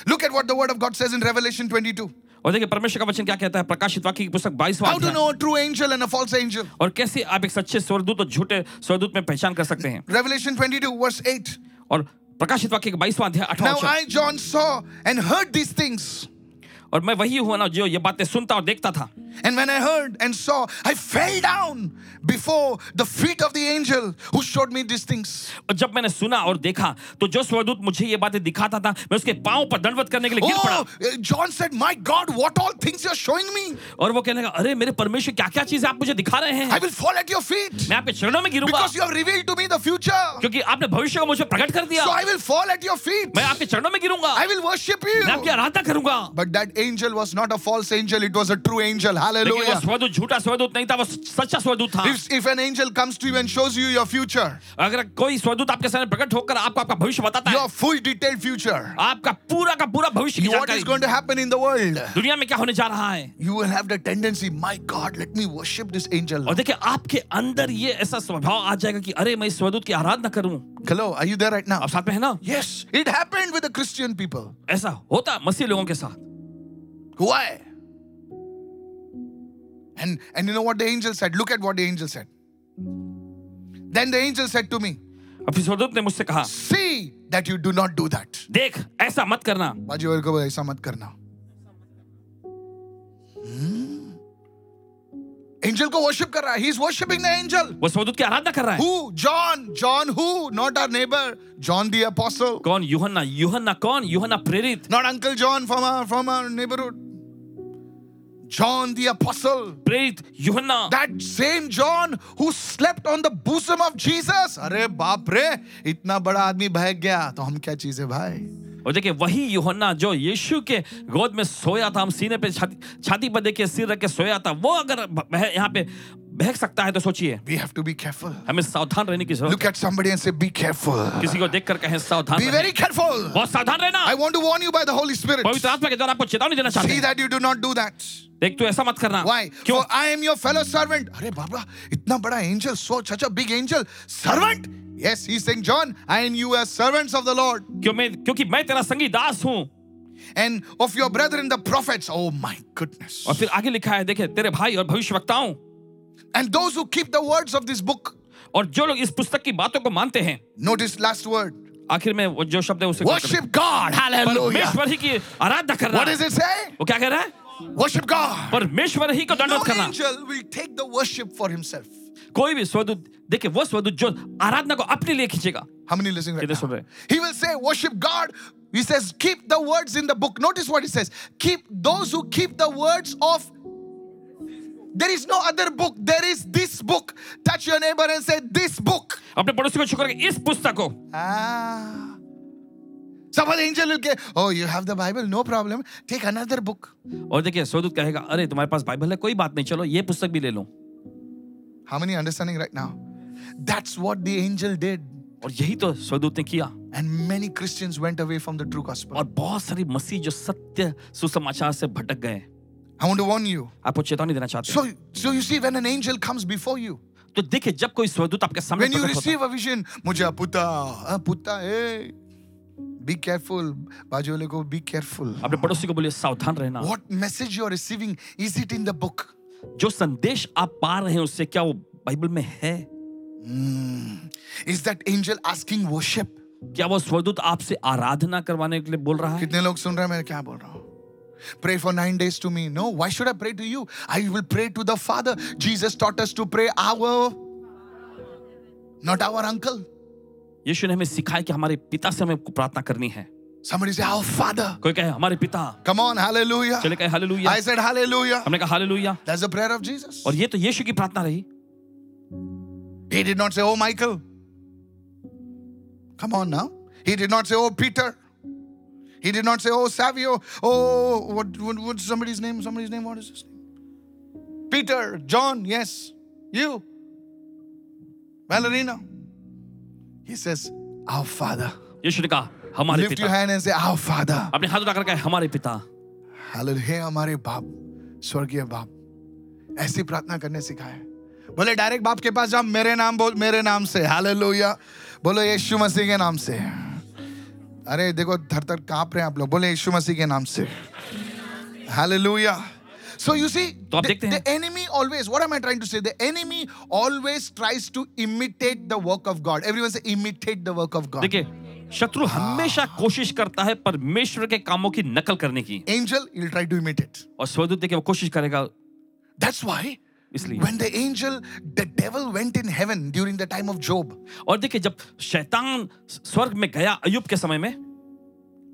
S1: Look at what the word of God says in Revelation 22.
S2: और देखिए परमेश्वर का वचन क्या कहता है प्रकाशित वाक्य की
S1: How
S2: पुस्तक
S1: to
S2: बाईसवा
S1: know a true angel and a false angel.
S2: और कैसे आप एक सच्चे स्वर्गदूत और झूठे स्वर्गदूत में पहचान कर सकते हैं
S1: Revelation 22, verse 8.
S2: और प्रकाशित वाक्य के 22वां अध्याय 18वां
S1: Now
S2: वचन।
S1: I, John, saw and heard these things.
S2: और मैं वही हुआ ना जो ये बातें सुनता और देखता था
S1: And when I heard and saw, I fell down before the feet of the angel who showed me these things.
S2: और जब मैंने सुना और देखा तो जो स्वरदूत मुझे ये बातें दिखाता था मैं उसके पांव पर दंडवत करने के लिए गिर पड़ा
S1: Oh, uh, John said, My God, what all things you're showing me?
S2: और वो कहने लगा अरे मेरे परमेश्वर क्या क्या चीजें आप मुझे दिखा रहे हैं
S1: I will fall at your feet
S2: मैं आपके चरणों में गिरूंगा
S1: because you have revealed to me the future. So
S2: क्योंकि आपने भविष्य को मुझे प्रकट कर दिया
S1: I will fall at your feet.
S2: मैं आपके चरणों में गिरूंगा
S1: I will worship
S2: मैं आपकी
S1: you.
S2: आराधना करूंगा
S1: But that angel was not a false angel, it was a true angel.
S2: लेकिन वो
S1: Hallelujah.
S2: स्वरदूत झूठा स्वरदूत नहीं था वो सच्चा स्वरदूत था
S1: If, if an angel comes to you and shows you your future,
S2: अगर कोई स्वरदूत आपके सामने प्रकट होकर आपको आपका भविष्य बताता है
S1: your full detailed future,
S2: आपका पूरा का पूरा भविष्य की
S1: what is
S2: जानकारी
S1: going to happen in the world,
S2: दुनिया में क्या होने जा रहा है
S1: you will have the tendency, My God, let me worship this angel.
S2: और देखिए आपके अंदर ये ऐसा स्वभाव आ जाएगा कि अरे मैं इस स्वरदूत की आराधना करूं
S1: Hello, are you there right now?
S2: आप साथ में है ना
S1: Yes, it happened with the Christian people.
S2: ऐसा होता है मसीह लोगों के साथ
S1: Why? And and you know what the angel said? Look at what the angel said. Then the angel said to me,
S2: और फिर स्वरदूत ने मुझसे कहा
S1: See that you do not do that.
S2: देख ऐसा मत करना
S1: बाजी वाले को बोला, ऐसा मत करना एंजल को वर्शिप कर रहा है he is worshipping the angel
S2: वो स्वरदूत की आराधना कर रहा है
S1: who John John who not our neighbour John the apostle
S2: कौन यूहन्ना यूहन्ना कौन यूहन्ना प्रेरित
S1: not uncle John from our from our neighbourhood John the apostle
S2: प्रेरित यूहन्ना
S1: That same John who slept on the bosom of Jesus. अरे बाप रे इतना बड़ा आदमी भाग गया तो हम क्या चीजें भाई
S2: और देखिए वही यूहन्ना जो यीशु के गोद में सोया था हम सीने पे छाती छाती पर देखिए सिर रख के सोया था वो अगर बह, यहाँ पे बहक सकता है तो सोचिए
S1: We have to be careful.
S2: हमें सावधान रहने की जरूरत
S1: Look at somebody and say, Be careful.
S2: किसी को देखकर कहें सावधान
S1: Be
S2: रहें।
S1: very careful.
S2: बहुत सावधान रहना
S1: I want to warn you by the Holy Spirit.
S2: पवित्र आत्मा के द्वारा आपको चेतावनी देना चाहते
S1: See
S2: हैं
S1: that you do not do that.
S2: देख तू ऐसा मत करना
S1: Why?
S2: क्यों
S1: For I am your fellow servant. अरे बाबा इतना बड़ा angel, so such a big angel, servant. Yes, he's saying, John, I and you are servants of the Lord
S2: क्यों मैं क्योंकि मैं तेरा संगी दास हूँ
S1: and of your brethren the prophets. Oh my goodness.
S2: और फिर आगे लिखा है देखे तेरे भाई और भविष्यवक्ताओं
S1: And those who keep the words of this book.
S2: और जो लोग इस पुस्तक की बातों को मानते हैं
S1: Notice last word.
S2: आखिर में वो जो शब्द है उसे ग्रहण करें।
S1: Worship God. Hallelujah.
S2: परमेश्वर ही की आराधना करना
S1: What does it say?
S2: वो क्या कह रहा है
S1: Worship God.
S2: परमेश्वर ही को
S1: No
S2: दंडवत करना
S1: angel will take the worship for himself.
S2: कोई भी स्वदूत देखिए वो स्वदूत जो आराधना को अपने लिए खींचेगा
S1: How many listening right
S2: कितने सुन रहे
S1: now?
S2: हैं?
S1: He will say, worship God. He says, keep the words in the book. Notice what he says. Keep those who keep the words of. There is no other book. There is this book. Touch your neighbor and say, this book.
S2: अपने पड़ोसी को छुकर इस पुस्तक को
S1: Ah. Some other angel will get, oh, you have the Bible, no problem. Take another book.
S2: और देखिए स्वदूत कहेगा अरे तुम्हारे पास बाइबल है कोई बात नहीं चलो ये पुस्तक भी ले लो
S1: How many understanding right now? That's what the angel did.
S2: और यही तो स्वदूत ने किया
S1: And many Christians went away from the true gospel.
S2: और बहुत सारी मसीह जो सत्य सुसमाचार से भटक गए
S1: I want to warn you.
S2: आपको चेतावनी देना चाहते
S1: So, so you see, when an angel comes before you,
S2: हैं तो देखिए जब कोई स्वदूत आपके सामने
S1: when you
S2: प्रकट होता है,
S1: receive a vision, मुझे अपुता, अपुता, hey, be careful. बाजू वाले को be careful.
S2: अपने पड़ोसी को बोलिए सावधान रहना
S1: What message you are receiving? Is it in the book?
S2: जो संदेश आप पा रहे हैं उससे क्या वो बाइबल में है
S1: Hmm. Is that angel asking worship?
S2: क्या वो स्वरदूत आपसे आराधना करवाने के लिए बोल रहा है
S1: कितने लोग सुन रहे हैं मैं क्या बोल रहा हूँ? Pray for nine days to me. No, why should I pray to you? I will pray to the Father. Jesus taught us to pray our, not our uncle.
S2: यीशु ने हमें सिखाया कि हमारे पिता से हमें प्रार्थना करनी है
S1: Somebody say, Our Father.
S2: कोई कहे हमारे पिता
S1: Come on, hallelujah.
S2: चले कहे हालेलुया
S1: I said, Hallelujah.
S2: हमने कहा hallelujah
S1: That's the prayer of Jesus.
S2: और ये तो यीशु की प्रार्थना रही
S1: He did not say, Oh, Michael. Come on now. He did not say, Oh, Peter. He did not say, Oh, Savio. Oh, what, what, what's somebody's name? Somebody's name. What is his name? Peter, John, yes. You. Ballerina. He says, Our Father.
S2: यीशु ने कहा हमारे
S1: Lift your
S2: पिता
S1: hand and say, Our Father.
S2: अपने हाथ उठाकर कहा हमारे पिता
S1: हालेलुया हे हमारे बाप स्वर्गीय बाप ऐसी प्रार्थना करने सिखाया है। बोले डायरेक्ट बाप के पास जाओ मेरे नाम बोल मेरे नाम से हालेलुया बोलो यीशु मसीह के नाम से अरे देखो धर धर कांप रहे हैं आप लोग बोले यीशु मसीह के नाम से हालेलुया So you see,
S2: तो आप
S1: the,
S2: देखते हैं।
S1: the enemy always, what am I trying to say? The enemy always tries to imitate the work of God. Everyone say, imitate the work of God.
S2: देखिए
S1: Ah.
S2: शत्रु हमेशा कोशिश करता है परमेश्वर के कामों की नकल करने की
S1: Angel, he'll try to imitate.
S2: और स्वरदूत देखिए वो कोशिश करेगा
S1: That's why
S2: इसलिए
S1: when the angel, the devil went in heaven during the time of Job,
S2: और देखिए जब शैतान स्वर्ग में गया अयुब के समय में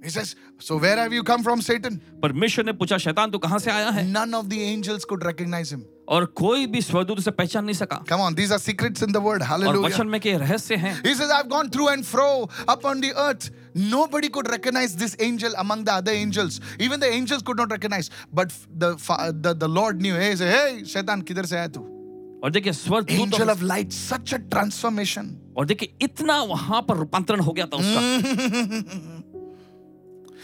S1: he says, So where have you come from, Satan?
S2: परमेश्वर ने पूछा शैतान तू कहाँ से आया है
S1: None of the angels could recognize him.
S2: और कोई भी स्वरदूत उसे पहचान नहीं सका
S1: Come on, these are secrets in the word.
S2: और
S1: Hallelujah.
S2: वचन में के रहस्य हैं
S1: He says, I've gone through and fro upon the earth. Nobody could recognize this angel among the other angels. Even the angels could not recognize. But the fa- the, the Lord knew. Hey, he said, hey, Shaitan, kidhar se aaya tu?
S2: और देखिए स्वर्गदूत
S1: Angel
S2: और-
S1: of light, such a transformation.
S2: और देखिए इतना वहां पर रूपांतरण हो गया था
S1: Mm.
S2: उसका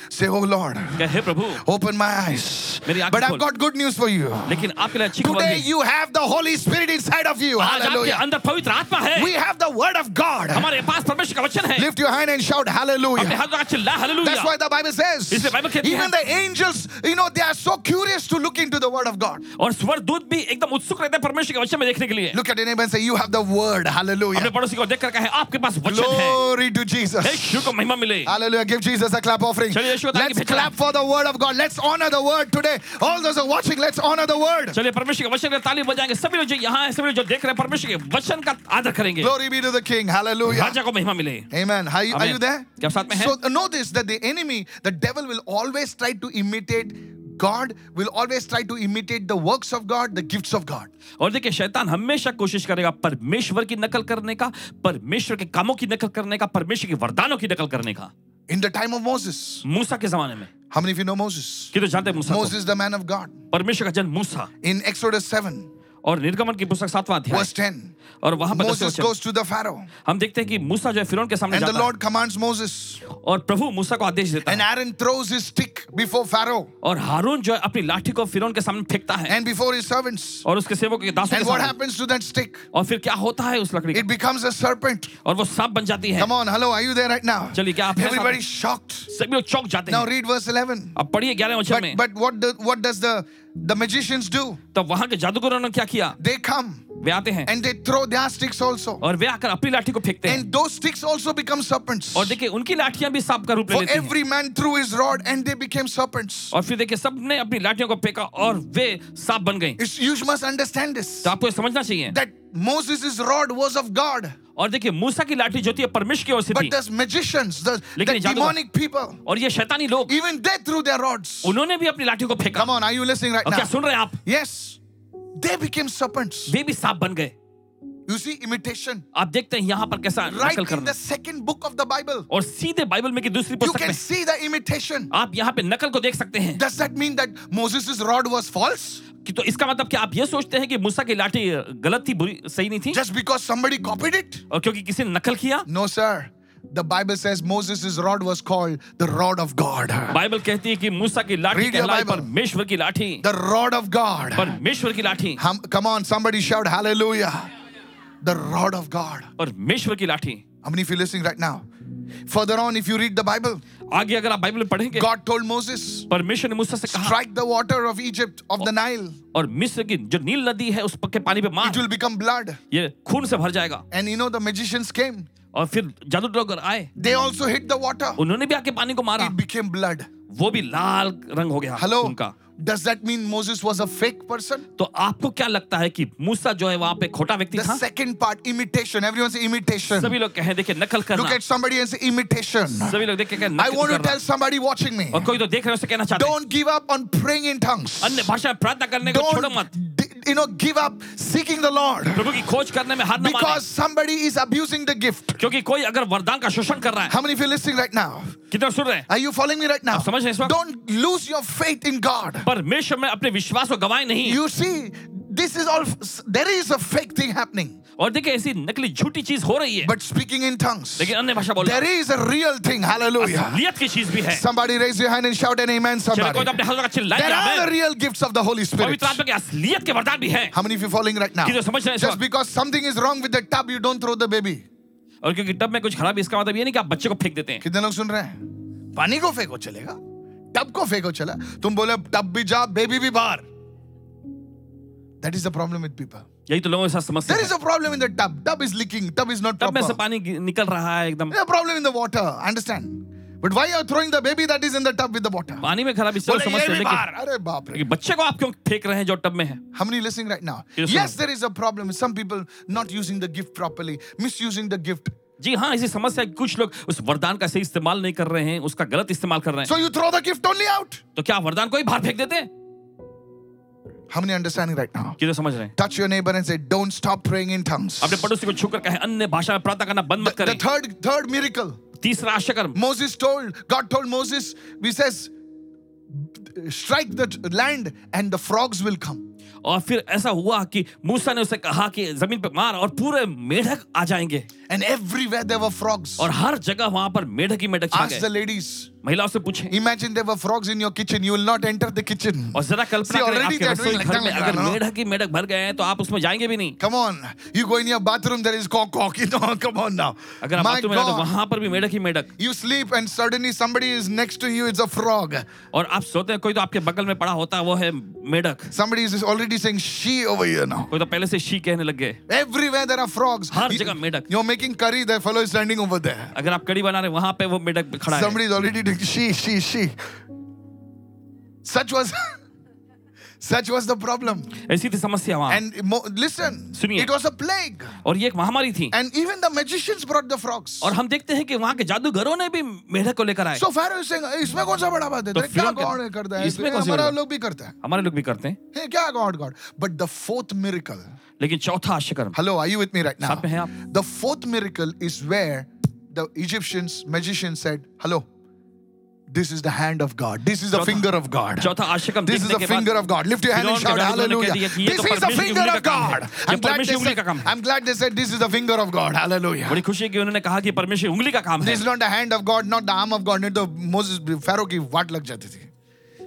S1: Say, oh Lord,
S2: कि हे प्रभु
S1: open my eyes.
S2: मेरी आंखें
S1: But I've
S2: खोल।
S1: got good news for you.
S2: लेकिन आपके लिए अच्छी खबर
S1: Today
S2: है
S1: you have the Holy Spirit inside of you.
S2: आज आपके
S1: Hallelujah.
S2: अंदर पवित्र आत्मा है
S1: We have the Word of God.
S2: हमारे पास परमेश्वर का वचन है
S1: Lift your hand and shout,
S2: अपने
S1: Hallelujah.
S2: हाथ लगा चिल्ला
S1: That's
S2: hallelujah
S1: why the Bible says,
S2: इसलिए बाइबल कहती है-
S1: even the angels, you know, they are so curious to look into the Word of God.
S2: और स्वर्गदूत भी एकदम उत्सुक रहते हैं परमेश्वर के वचन में देखने के लिए
S1: Look at your neighbor and say, You have the Word.
S2: अपने
S1: Hallelujah.
S2: पड़ोसी को देख कर कहे आपके पास वचन है
S1: Glory to
S2: हे
S1: Jesus.
S2: शिव को महिमा मिले
S1: Hallelujah. Give Jesus a clap offering.
S2: चलिए यीशु को ताली
S1: Let's
S2: भेजना।
S1: clap for the Word of God. Let's honor the Word today. All those who are watching, let's honor the Word.
S2: चलिए परमेश्वर के वचन के ताली बजाएंगे सभी लोग जो यहाँ हैं सभी लोग जो देख रहे हैं परमेश्वर के वचन का आदर करेंगे
S1: Glory be to the King. Hallelujah.
S2: राजा को महिमा मिले
S1: Amen. Are you, are
S2: Amen.
S1: you there?
S2: क्या आप साथ में हैं?
S1: So know this that the enemy, the devil, will always try to imitate God, will always try to imitate the works of God, the gifts of God.
S2: और देखिए शैतान हमेशा कोशिश करेगा परमेश्वर की नकल करने का परमेश्वर के कामों की नकल करने का परमेश्वर के वरदानों की नकल करने का
S1: In the time of Moses,
S2: मूसा के जमाने में
S1: how many of you know Moses?
S2: कि तो जानते हैं मूसा को?
S1: Moses, the man of God.
S2: परमेश्वर का जन मूसा
S1: In Exodus 7,
S2: और निर्गमन की पुस्तक सातवां अध्याय
S1: verse 10,
S2: और वहां पर दसवें
S1: Moses
S2: वचन,
S1: goes to the Pharaoh,
S2: हम देखते हैं कि मूसा जो है फिरौन के सामने
S1: and the
S2: जाता
S1: Lord commands Moses,
S2: है और प्रभु मूसा को आदेश देता
S1: and
S2: है
S1: Aaron throws his stick before Pharaoh
S2: और हारून जो है अपनी लाठी को फिरौन के सामने फेंकता है
S1: and before his servants.
S2: और उसके सेवक के दासों के
S1: And what
S2: सामने।
S1: happens to that stick?
S2: और फिर क्या होता है उस लकड़ी का
S1: It becomes a serpent.
S2: और वो सांप बन जाती है
S1: Come on, hello, are you there right now?
S2: चलिए, क्या आप हैं साथ में?
S1: Everybody's shocked.
S2: सभी लोग चौंक जाते
S1: Now
S2: हैं
S1: read verse 11.
S2: अब पढ़िए ग्यारह वचन
S1: But,
S2: में
S1: but what, do, what does the, the magicians do?
S2: तब वहां के जादूगरों ने क्या किया
S1: They come
S2: वे आते हैं
S1: and they throw their sticks also.
S2: और वे आकर अपनी लाठी को फेंकते हैं
S1: And those sticks also become serpents.
S2: और देखिए उनकी लाठियां भी सांप का रूप ले
S1: For
S2: लेती हैं
S1: every man threw his rod and they became serpents.
S2: और फिर देखिए सबने अपनी लाठियों को फेंका और वे सांप बन गई
S1: It's, you must understand this
S2: तो आपको ये समझना चाहिए
S1: that Moses' rod was of God,
S2: और देखिए मूसा की लाठी जो थी ये परमेश्वर की ओर से
S1: but
S2: थी
S1: the magicians, the, the
S2: लेकिन ये जादूगर-
S1: demonic people,
S2: और ये शैतानी लोग
S1: even they threw their rods.
S2: उन्होंने भी अपनी लाठी को फेंका
S1: Come on, are you listening right
S2: और क्या
S1: now?
S2: सुन रहे हैं आप
S1: Yes, they became serpents.
S2: वे भी सांप बन गए
S1: You see, imitation.
S2: आप देखते हैं यहाँ पर कैसा
S1: Right
S2: नकल
S1: in
S2: करना
S1: the second book of the Bible,
S2: और सीधे बाइबल में की दूसरी
S1: you
S2: पुस्तक
S1: can
S2: में
S1: see the imitation.
S2: आप यहाँ पे नकल को देख सकते हैं
S1: Does that mean that Moses' rod was false?
S2: कि तो इसका मतलब क्या आप ये सोचते हैं कि मूसा की लाठी गलत थी बुरी सही नहीं थी
S1: Just because somebody copied it?
S2: और क्योंकि किसी ने नकल किया
S1: No, sir. The Bible says Moses' rod was called the rod of God.
S2: Bible कहती है कि मूसा की लाठी
S1: Read your
S2: कहलाई
S1: Bible.
S2: परमेश्वर की लाठी
S1: The rod of God.
S2: परमेश्वर की लाठी
S1: Hum- come on, somebody shout hallelujah. The rod of God.
S2: परमेश्वर की लाठी
S1: How many of you listening right now? Further on, if you read the Bible,
S2: आगे अगर आप बाइबल में पढ़ेंगे
S1: God told Moses,
S2: परमेश्वर ने मूसा से कहा
S1: strike the water of Egypt, of the Nile.
S2: और मिस्र की जो नील नदी है उस पक्के पानी पे
S1: It
S2: मार
S1: will become blood.
S2: ये खून से भर जाएगा
S1: And you know, the magicians came.
S2: और फिर जादूगर आए
S1: They also hit the water.
S2: उन्होंने भी आके पानी को मारा
S1: It became blood.
S2: वो भी लाल रंग हो गया
S1: Hello?
S2: उनका
S1: Does that mean Moses was a fake person?
S2: तो आपको क्या लगता है कि मूसा जो है वहां पे खोटा व्यक्ति
S1: The
S2: था
S1: second part, imitation. Everyone say imitation.
S2: सभी लोग कहें देखिए नकल
S1: Look
S2: करना
S1: at somebody and say imitation.
S2: सभी लोग देख के कहें,
S1: I
S2: नकल
S1: want to
S2: करना।
S1: tell somebody watching me
S2: और कोई तो देख रहे हो उसे कहना चाहते हैं
S1: don't give up on praying in tongues.
S2: अन्य भाषा में प्रार्थना करने को छोड़ो मत
S1: Don't, d- you know, give up seeking the Lord
S2: प्रभु की खोज करने में हार न माने
S1: because somebody is abusing the gift.
S2: क्योंकि कोई अगर वरदान का शोषण कर रहा है
S1: How many of you listening right now?
S2: कितना सुन रहे हैं
S1: Are you following me right now?
S2: समझ रहे हैं इस वक्त?
S1: Don't lose your faith in God.
S2: परमेश्वर में अपने विश्वास को गवाए नहीं
S1: You see, this is all, there is a fake thing happening,
S2: और देखिए ऐसी नकली झूठी चीज हो रही है
S1: but speaking in tongues.
S2: लेकिन अन्य भाषा बोलना
S1: There is a real thing. Hallelujah.
S2: असलियत की चीज भी है
S1: Somebody raise your hand and shout an amen,
S2: चलिए कोई तो
S1: somebody.
S2: अपने हाथों का
S1: There are the
S2: चिल्लाए
S1: real gifts of the Holy Spirit.
S2: पवित्र आत्मा की असलियत के वरदान भी है
S1: How many of you following right now?
S2: किसी को समझ रहे हैं इस
S1: Just
S2: वक्त?
S1: because something is wrong with the tub, you don't throw the baby.
S2: और क्योंकि टब में कुछ खराब है, इसका मतलब ये नहीं कि आप बच्चे को फेंक देते हैं
S1: कितने लोग सुन रहे हैं पानी को फेंको चलेगा टब को फेंको चला तुम बोले टब भी जा बेबी भी बाहर That is the problem with people.
S2: यही तो लोगों के साथ समस्या
S1: There
S2: है
S1: is a problem in the tub. Tub is leaking. Tub is not
S2: tub में से
S1: proper.
S2: पानी गि- निकल रहा है एकदम
S1: There's a problem in the water. Understand? But why are you throwing the baby that is in the tub with the water?
S2: पानी में खराबी सब
S1: बोले,
S2: समझते
S1: "ये
S2: हैं
S1: भी
S2: लेकिन
S1: बाहर, अरे बाप रे
S2: लेकिन बच्चे को आप क्यों फेंक रहे हैं जो टब में है
S1: How many listening right now?
S2: Yes,
S1: Yes,
S2: sir.
S1: there is a problem. Some people not using the gift properly, misusing the gift.
S2: जी हाँ इसी समस्या है कि कुछ लोग उस वरदान का सही इस्तेमाल नहीं कर रहे हैं उसका गलत इस्तेमाल कर रहे हैं
S1: So you throw the gift only out.
S2: तो क्या वरदान को ही बाहर फेंक देते हैं
S1: How many understanding right now?
S2: कि तो समझ रहे हैं
S1: Touch your neighbor and say, Don't stop praying in tongues.
S2: अपने पड़ोसी को छूकर कहे अन्य भाषा में प्रार्थना करना बंद मत
S1: The
S2: करें
S1: third third miracle.
S2: तीसरा आश्चर्य
S1: Moses told, God told Moses, he says, strike the land and the frogs will come.
S2: और फिर ऐसा हुआ कि मूसा ने उसे कहा कि जमीन पे मार और पूरे मेढक आ जाएंगे
S1: And everywhere there were frogs.
S2: और हर जगह वहां पर मेढक ही मेढक छा
S1: Ask the
S2: गए
S1: ladies.
S2: महिलाओं से पूछे
S1: Imagine there were frogs in your kitchen. You will not enter the kitchen.
S2: और जरा कल्पना
S1: See,
S2: करें
S1: already
S2: आपके
S1: they're
S2: रसोई
S1: doing
S2: घर
S1: like
S2: में
S1: that,
S2: अगर
S1: no?
S2: मेढक ही मेढक भर गए हैं तो आप उसमें जाएंगे भी नहीं
S1: Come on. You go in your bathroom, there is cock cock. *laughs* You know, come on now.
S2: अगर आप
S1: My
S2: बाथरूम में जाते हैं, तो
S1: God.
S2: वहां पर भी मेढक ही मेढक
S1: You sleep and suddenly somebody is next to you. It's a frog.
S2: और आप सोते हैं कोई तो आपके बगल में पड़ा होता है वो है मेढक
S1: Somebody is already saying she over here now.
S2: कोई तो पहले से शी कहने लग गए
S1: Everywhere there are frogs.
S2: Her
S1: You-
S2: जगह मेढक।
S1: You're making curry. The fellow is standing over there.
S2: अगर आप कड़ी बना रहे हैं, वहां पे वो मेढक खड़ा है
S1: Somebody is already doing she, she, she. Such was *laughs* such was the problem.
S2: ऐसी थी समस्या वहां
S1: And mo- listen,
S2: सुनिए।
S1: it was a plague.
S2: और ये एक महामारी थी
S1: And even the magicians brought the frogs.
S2: और हम देखते हैं कि वहां के जादूगरों ने भी मेढक को लेकर आए
S1: So Pharaoh is saying, इसमें कौन सा बड़ा बात है
S2: तो
S1: तो क्या
S2: फिरौन क्या-
S1: गॉड करता है
S2: इसमें
S1: इसमें
S2: कौन सी
S1: हमारा
S2: बड़ी
S1: लोग भी करता है
S2: हमारे लोग भी करते हैं
S1: हे, क्या God God but the fourth miracle
S2: लेकिन चौथा आश्चर्य
S1: hello are you with me right
S2: साथ में हैं
S1: नाउ
S2: आप?
S1: The fourth miracle is where the Egyptians magician said hello this is the hand of God this is the
S2: चौथा-
S1: finger of God
S2: चौथा आश्चर्य हम
S1: This is
S2: देखने
S1: the
S2: के
S1: finger
S2: बाद
S1: of God. Lift your hand and
S2: फिरौन के
S1: shout
S2: जादूगरों ने
S1: hallelujah.
S2: कह दिया कि ये
S1: This
S2: तो
S1: is the
S2: परमेश्वर की
S1: finger
S2: उंगली
S1: of
S2: का काम है।
S1: God.
S2: ये
S1: I'm glad
S2: परमेश्वर
S1: they
S2: की उंगली
S1: said,
S2: का काम है।
S1: I'm glad they said this is the finger of God. Hallelujah.
S2: बड़ी खुशी है कि उन्होंने कहा कि परमेश्वर उंगली का काम है
S1: This is not the hand of God, not the arm of God. नहीं तो Moses Pharaoh की वाट लग जाती थी.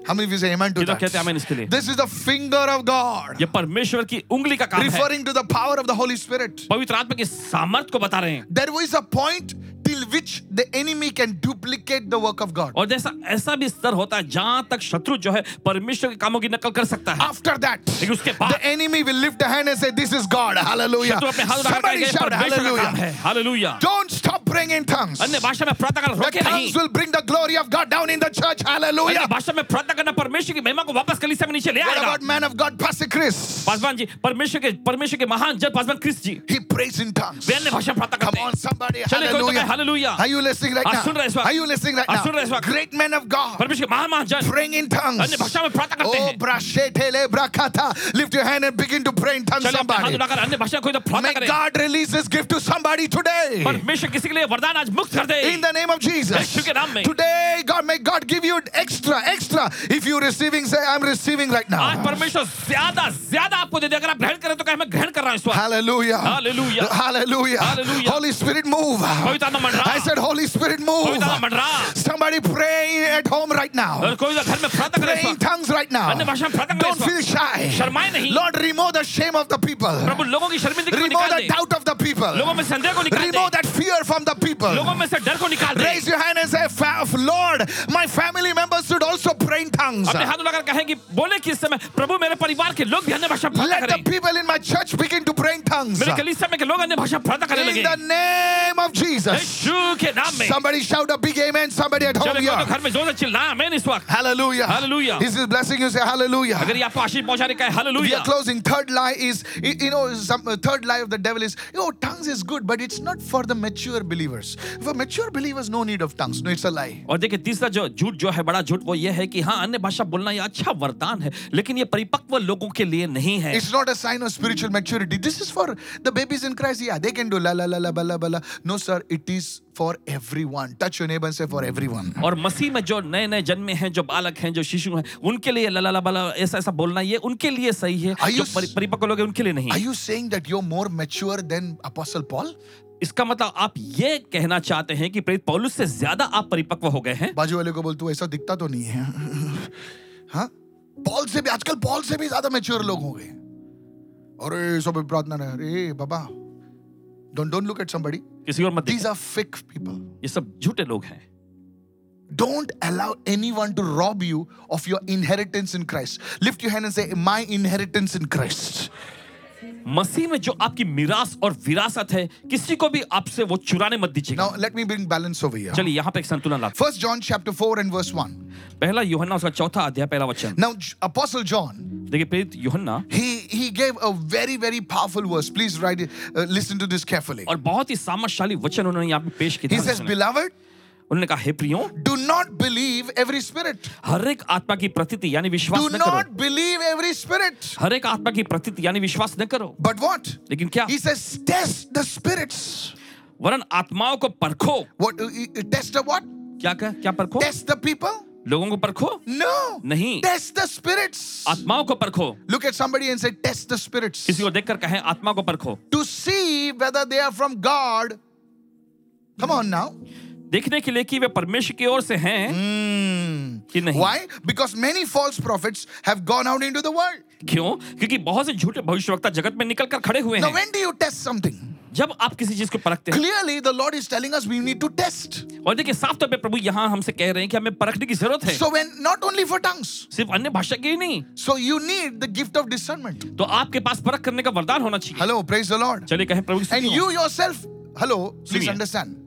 S1: How many of you say amen to
S2: ये तो कहते हैं, "Amen" इसके लिए।
S1: that? This is the finger of God.
S2: ये परमेश्वर की उंगली का काम है
S1: Referring to the power of the Holy Spirit.
S2: पवित्र आत्मा के सामर्थ को बता रहे हैं
S1: There was a point till which the enemy can duplicate the work of God.
S2: और जैसा ऐसा भी स्तर होता है जहां तक शत्रु जो है परमेश्वर के कामों की नकल कर सकता है
S1: After that,
S2: लेकिन उसके बाद-
S1: the enemy will lift a hand and say, This is God. Hallelujah.
S2: शत्रु तो अपने हाथ उठाकर
S1: Somebody
S2: कहेगा, "ये
S1: shout
S2: परमेश्वर का काम है
S1: hallelujah.
S2: Hallelujah
S1: Don't stop praying in tongues.
S2: अन्य भाषा में प्रार्थना करना
S1: The
S2: रोके नहीं
S1: tongues will bring the glory of God down in the church.
S2: अन्य
S1: Hallelujah.
S2: भाषा में प्रार्थना करना परमेश्वर की महिमा को वापस कलीसिया में नीचे ले
S1: What
S2: आएगा
S1: about man of God, Pastor Chris?
S2: Paswan ji परमेश्वर के परमेश्वर के महान जन Paswan Christ ji
S1: He prays in tongues.
S2: वे अन्य भाषा में प्रार्थना
S1: Come
S2: करते
S1: on,
S2: हैं
S1: somebody.
S2: चलिए, कोई तो कहे,
S1: Hallelujah.
S2: hallelujah.
S1: Are you listening right
S2: आप सुन रहे हैं इस
S1: now?
S2: वक्त?
S1: Are you listening right
S2: आप सुन रहे हैं इस
S1: now?
S2: वक्त?
S1: Great men of God.
S2: परमेश्वर के महान महान जन
S1: Praying in tongues.
S2: अन्य भाषा में प्रार्थना करते
S1: Oh,
S2: हैं
S1: brashetele brakata. Lift your hand and begin to pray in tongues,
S2: चलिए अपने हाथ
S1: somebody.
S2: उठाकर अन्य भाषा में कोई तो प्रार्थना
S1: May
S2: करें
S1: God release this gift to somebody today.
S2: परमेश्वर किसी के लिए वरदान आज मुक्त कर दे
S1: In the name of Jesus.
S2: यीशु के नाम में।
S1: Today, God, may God give you extra, extra. If you're receiving, say, I'm receiving right
S2: आज
S1: now.
S2: परमेश्वर ज्यादा ज्यादा आपको दे दे अगर आप ग्रहण करें तो कहे मैं ग्रहण कर रहा हूं इस वक्त
S1: Hallelujah.
S2: Hallelujah.
S1: Hallelujah.
S2: Hallelujah.
S1: Holy Spirit, move.
S2: पवित्र आत्मा मंडरा
S1: I said, Holy Spirit, move.
S2: पवित्र आत्मा मंडरा
S1: Somebody pray at home right now.
S2: और कोई तो घर में प्रार्थना करे
S1: Pray
S2: इस
S1: in
S2: वक्त
S1: tongues right now.
S2: अन्य भाषा में प्रार्थना करें
S1: Don't
S2: इस वक्त
S1: feel shy.
S2: शर्माए नहीं
S1: Lord, remove the shame of the people.
S2: प्रभु लोगों की शर्मिंदगी को
S1: Remove
S2: निकाल
S1: the
S2: they
S1: doubt of the people.
S2: लोगों में संदेह को निकाल
S1: Remove
S2: दे
S1: that fear from the
S2: लोगों
S1: people.
S2: में से डर को निकाल दे
S1: Raise your hand and say, "Fa- Lord, my family members should also pray in tongues.
S2: अपने हाथ उठाकर कहें कि बोले कि इस समय प्रभु मेरे परिवार के लोग भी अन्य भाषा में
S1: Let
S2: प्रार्थना
S1: the
S2: करें
S1: people in my church begin to pray in tongues.
S2: मेरे कलीसिया में के लोग अन्य भाषा में प्रार्थना करने
S1: In
S2: लगे
S1: the name of Jesus.
S2: यीशु के नाम में
S1: Somebody shout a big amen. Somebody at home
S2: चले
S1: here.
S2: तो घर में जोर से चिल्लाया मैं इस वक्त
S1: Hallelujah.
S2: Hallelujah.
S1: Is this blessing? You say hallelujah.
S2: अगर ये आपको आशीष पहुंचा रहे कहे
S1: We are
S2: hallelujah
S1: closing. Third lie is, y- you know, some, uh, third lie of the devil is, you know, tongues is good, but it's not for the mature believers. For mature believers, no need of tongues. No, it's a lie.
S2: और देखिए तीसरा जो झूठ जो है बड़ा झूठ वो ये है कि हाँ अन्य भाषा बोलना ये अच्छा वरदान है लेकिन ये परिपक्व लोगों के लिए नहीं है
S1: It's not a sign of spiritual maturity. This is for the babies in Christ. Yeah, they can do la la la la ba la ba la. No, sir, it is for everyone. Touch your neighbor and say, for everyone.
S2: और मसीह में जो नए नए जन्मे हैं जो बालक हैं जो शिशु हैं उनके लिए लला ला बला ऐसा ऐसा बोलना ये उनके लिए सही है
S1: Are you
S2: जो परि-
S1: s-
S2: परिपक्व लोग हैं उनके लिए नहीं
S1: Are you saying that you're more mature than Apostle Paul?
S2: इसका मतलब आप ये कहना चाहते हैं कि प्रेरित पौलुस से ज्यादा आप परिपक्व हो गए हैं
S1: बाजू वाले को बोल तू ऐसा दिखता तो नहीं है *laughs* हाँ पॉल से भी आजकल पॉल से भी ज्यादा मैच्योर लोग हो गए अरे सब प्रार्थना है अरे बाबा don't don't look at somebody
S2: किसी और मत देखिए।
S1: these are फेक people
S2: ये सब झूठे लोग हैं
S1: don't allow anyone to rob you of your inheritance in christ lift your hand and say my inheritance in christ
S2: मसीह में जो आपकी मिरास और विरासत है किसी को भी आपसे वो चुराने मत दीजिएगा
S1: Now let me bring balance over here.
S2: चलिए यहाँ पे एक संतुलन लाते
S1: First John chapter 4 and verse 1.
S2: हैं। पहला यूहन्ना उसका चौथा अध्याय पहला वचन
S1: Now J- Apostle John,
S2: देखिए प्रेरित यूहन्ना
S1: he he gave a very very powerful verse. Please write it, uh, listen to this carefully.
S2: और बहुत ही सामर्थशाली वचन उन्होंने यहाँ पे पेश
S1: He
S2: किया
S1: says,
S2: उन्होंने
S1: "Beloved,
S2: उन्होंने कहा हे प्रियो
S1: do not believe every spirit.
S2: हर एक आत्मा की प्रतीति यानी विश्वास
S1: Do
S2: न करो
S1: not believe every spirit.
S2: हर एक आत्मा की प्रतीति यानी विश्वास न करो
S1: But what?
S2: लेकिन क्या
S1: He says, test the spirits.
S2: वरन आत्माओं को परखो
S1: What? uh, uh, Test the what?
S2: क्या कह क्या परखो
S1: Test the people?
S2: लोगों को परखो
S1: No.
S2: नहीं
S1: Test the spirits.
S2: आत्माओं को परखो
S1: Look at somebody and say, test the spirits
S2: किसी को देखकर कहें आत्मा को परखो
S1: to see whether they are from God. Come on now.
S2: देखने के लिए कि वे परमेश्वर की ओर से हैं कि नहीं
S1: Hmm? Why? Because many false prophets have gone out into the world.
S2: क्यों क्योंकि बहुत से झूठे भविष्यवक्ता जगत में निकल कर खड़े हुए
S1: Now,
S2: हैं
S1: when do you test something?
S2: जब आप किसी चीज को परखते हैं
S1: Clearly, the Lord is telling us we need to test.
S2: और देखिए साफ तौर पे प्रभु यहाँ हमसे कह रहे हैं कि हमें परखने की जरूरत है
S1: So, when not only for tongues,
S2: सिर्फ अन्य भाषा की ही नहीं
S1: so you need the gift of discernment.
S2: तो आपके पास परख करने का वरदान होना चाहिए
S1: Hello, praise the Lord.
S2: चलिए कहें प्रभु की
S1: And
S2: स्तुति हो।
S1: you yourself, hello, please
S2: Suniye.
S1: understand.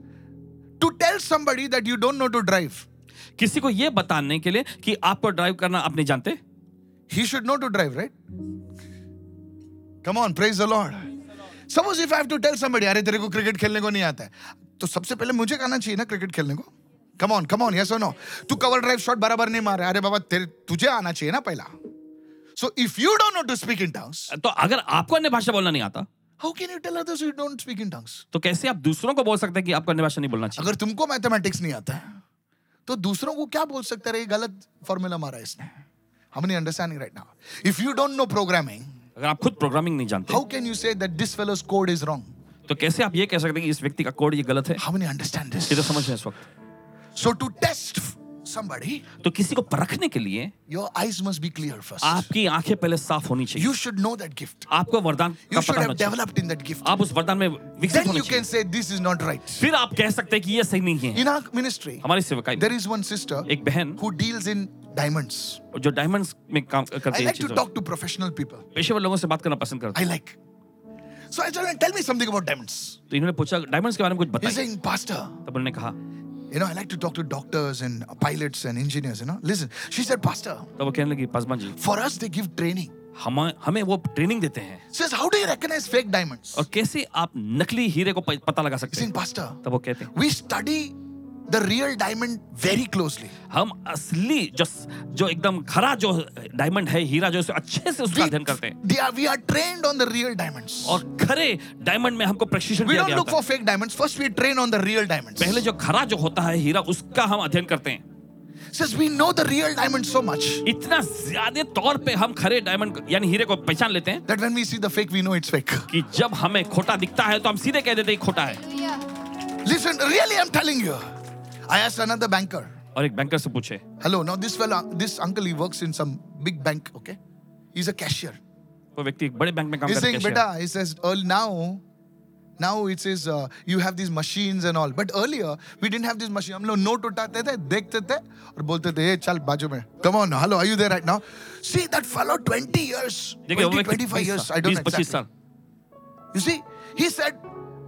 S1: To tell somebody that you don't know to drive,
S2: किसी को ये बताने के लिए कि आपको ड्राइव करना आप नहीं जानते
S1: he should know to drive, right? Come on, praise the Lord. Suppose if I have to tell somebody, अरे तेरे को क्रिकेट खेलने को नहीं आता है तो सबसे पहले मुझे कहना चाहिए ना क्रिकेट खेलने को come on come on yes no तू कवर ड्राइव शॉट बराबर नहीं मार रहा अरे बाबा तेरे तुझे आना चाहिए ना पहला so if you don't know to speak in tongues
S2: तो अगर आपको अन्य भाषा बोलना नहीं आता
S1: how can you tell others you don't speak in tongues
S2: तो कैसे आप दूसरों को बोल सकते हैं कि आपको अन्य भाषा नहीं बोलना चाहिए
S1: अगर तुमको मैथमेटिक्स नहीं आता है तो दूसरों को क्या बोल सकते हैं, अरे ये गलत फॉर्मूला मारा है इसने हम नहीं understanding right now if you don't know programming
S2: अगर आप खुद प्रोग्रामिंग नहीं जानते
S1: how can you say that this fellow's code is wrong
S2: तो कैसे आप ये कह सकते हैं कि इस व्यक्ति का कोड ये गलत है
S1: हाउ मेनी अंडरस्टैंड
S2: ये तो
S1: दिस
S2: समझ रहे हैं इस वक्त
S1: सो टू टेस्ट somebody
S2: तो किसी को परखने के लिए
S1: your eyes must be clear first
S2: आपकी आंखें पहले साफ होनी चाहिए
S1: you should know that gift
S2: आपको वरदान का
S1: you should
S2: पता होना
S1: have
S2: चाहिए
S1: developed in that gift
S2: अच्छा। आप उस वरदान में विकसित
S1: then
S2: होने
S1: you
S2: चाहिए
S1: can say this is not right
S2: फिर आप कह सकते हैं कि ये सही नहीं है
S1: in our ministry
S2: हमारी सेवकाई में
S1: there is one sister
S2: एक बहन
S1: who deals in diamonds
S2: जो डायमंड्स में काम
S1: i
S2: करती है
S1: like to
S2: चीजों में।
S1: talk to professional people
S2: पेशेवर लोगों से बात करना पसंद करते
S1: I like. So I told him, tell me something about diamonds.
S2: हैं तो इन्होंने पूछा डायमंड्स के बारे में कुछ
S1: He's
S2: बताइए
S1: saying, Pastor,
S2: तब उन्होंने कहा
S1: you know, I like to talk to doctors and pilots and engineers, you know. Listen, she said, Pastor,
S2: तब वो कहने लगी Paswan ji
S1: for us they give training.
S2: हम हमें वो ट्रेनिंग देते हैं
S1: Says, how do you recognize fake diamonds?
S2: और कैसे आप नकली हीरे को प- पता लगा
S1: He's
S2: सकते
S1: saying,
S2: हैं
S1: Pastor,
S2: तब वो कहते हैं
S1: we study the real diamond very closely.
S2: हम असली जो जो एकदम खरा जो डायमंड है हीरा जो उसे अच्छे से उसका
S1: We,
S2: अध्ययन करते हैं
S1: they are, we are trained on the real diamonds.
S2: और खरे डायमंड में हमको प्रशिक्षण
S1: We
S2: दिया
S1: don't
S2: गया
S1: look
S2: होता
S1: for
S2: है।
S1: fake diamonds. First, we train on the real diamonds.
S2: पहले जो खरा जो होता है हीरा उसका हम अध्ययन करते हैं
S1: Says, we know the real diamond so much
S2: इतना ज्यादा तौर पे हम खरे डायमंड को- यानी हीरे को पहचान लेते हैं
S1: that when we see the fake, we know it's fake.
S2: कि जब हमें खोटा दिखता है तो हम सीधे कह देते हैं कि खोटा है
S1: Listen, really, I'm telling you. I asked another banker.
S2: और एक बैंकर से पूछे
S1: Hello. Now this fella, this uncle, he works in some big bank. Okay, he's a cashier.
S2: वो व्यक्ति एक बड़े बैंक में काम
S1: He's saying,
S2: करता है
S1: "Beta," he says, "Earl, now, now it says uh, you have these machines and all. But earlier we didn't have these machines. हम लोग note उठाते थे, देखते थे और बोलते थे, hey, चल बाजू में. Come on, hello, are you there right now? See that fellow, 20 years,
S2: देखिए
S1: 20, 25 years. I don't know
S2: पच्चीस
S1: exactly.
S2: साल
S1: You see, he said."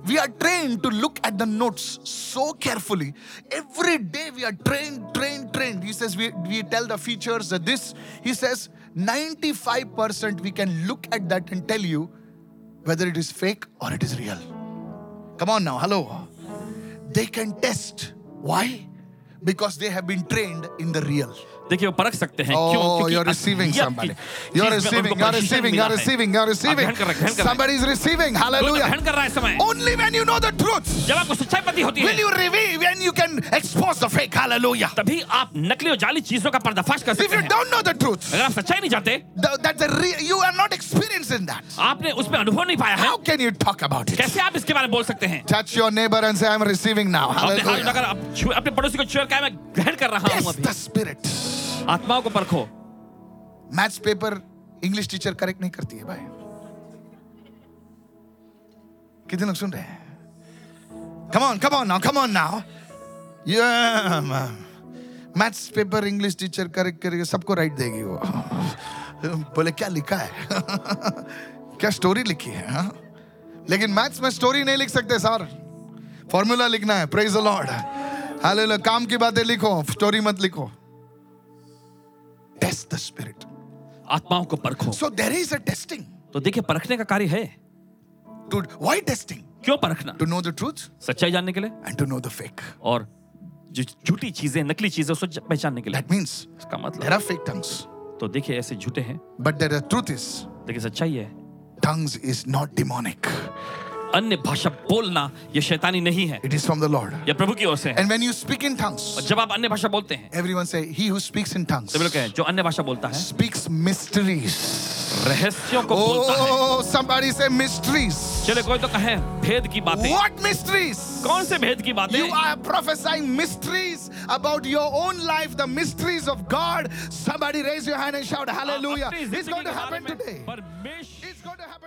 S1: We are trained to look at the notes so carefully. Every day we are trained, trained, trained. He says we, we tell the features that this. He says 95% we can look at that and tell you whether it is fake or it is real. Come on now, hello. They can test. Why? Because they have been trained in the real.
S2: देखिए वो परख सकते हैं क्यों
S1: Oh,
S2: क्योंकि
S1: you're receiving
S2: असलियत की
S1: somebody.
S2: चीज
S1: You're
S2: में उनको
S1: receiving, you're
S2: प्रशिक्षण
S1: receiving,
S2: मिला
S1: you're
S2: है।
S1: receiving, you're receiving.
S2: आप ध्यान कर रहे हैं, ध्यान कर रहे हैं।
S1: Somebody's receiving.
S2: तो तो
S1: Hallelujah.
S2: ध्यान कर रहा है इस समय
S1: Only when you know the truth
S2: जब आपको सच्चाई पता होती
S1: will
S2: है
S1: you reveal, when you can expose the fake. Hallelujah.
S2: तभी आप नकली और जाली चीजों का पर्दाफाश कर
S1: If
S2: सकते
S1: you
S2: हैं
S1: don't know the truth,
S2: अगर आप सच्चाई नहीं जानते
S1: the, that's a real, you are not experiencing that.
S2: आपने उसमें अनुभव नहीं पाया है
S1: How can you talk about it?
S2: कैसे आप इसके बारे में बोल सकते हैं
S1: Touch your neighbor and say, I'm receiving now.
S2: अपने हाथ
S1: Hallelujah.
S2: लगाकर आप छुए- अपने पड़ोसी को छुए क्या मैं ग्रहण कर रहा हूँ
S1: Test
S2: अभी
S1: the spirit.
S2: आत्माओं को परखो
S1: maths paper English teacher correct नहीं करती है भाई कितने लोग सुन रहे हैं come on come on now come on now maths paper English teacher correct करके सबको राइट देगी वो बोले क्या लिखा है क्या स्टोरी लिखी है हाँ? लेकिन मैथ्स में स्टोरी नहीं लिख सकते सर फॉर्मूला लिखना है प्रेज द लॉर्ड हालेलुया काम की बातें लिखो स्टोरी मत लिखो टेस्ट द स्पिरिट
S2: आत्माओं को परखो
S1: so there is a testing
S2: तो देखिए परखने का कार्य है
S1: टू व्हाई टेस्टिंग
S2: क्यों परखना
S1: टू नो द ट्रूथ
S2: सच्चाई जानने के लिए
S1: and to know the fake
S2: और जो झूठी चीजें नकली चीजें उसको ज- पहचानने के लिए
S1: दैट मींस
S2: इसका मतलब
S1: देयर आर फेक टंग्स
S2: तो देखिए ऐसे झूठे हैं
S1: but there are truth is
S2: लेकिन सच्चाई है
S1: tongues is not demonic
S2: अन्य भाषा बोलना ये शैतानी नहीं है
S1: it is from the lord
S2: यह प्रभु की ओर से है
S1: and when you speak in
S2: और
S1: tongues
S2: जब आप अन्य भाषा बोलते हैं
S1: everyone say he who speaks in tongues
S2: सभी लोग कहें जो अन्य भाषा बोलता है
S1: speaks mysteries
S2: रहस्यों को बोलता है
S1: oh somebody say mysteries
S2: चले कोई तो कहे भेद की बातें
S1: what mysteries
S2: कौन से भेद की बातें
S1: you are prophesying mysteries about your own life, the mysteries of God. Somebody raise your hand and shout hallelujah.
S2: अपनी
S1: It's
S2: जिंदगी
S1: going to
S2: के बारे
S1: happen
S2: में
S1: today.
S2: परमेश्वर
S1: It's going to happen.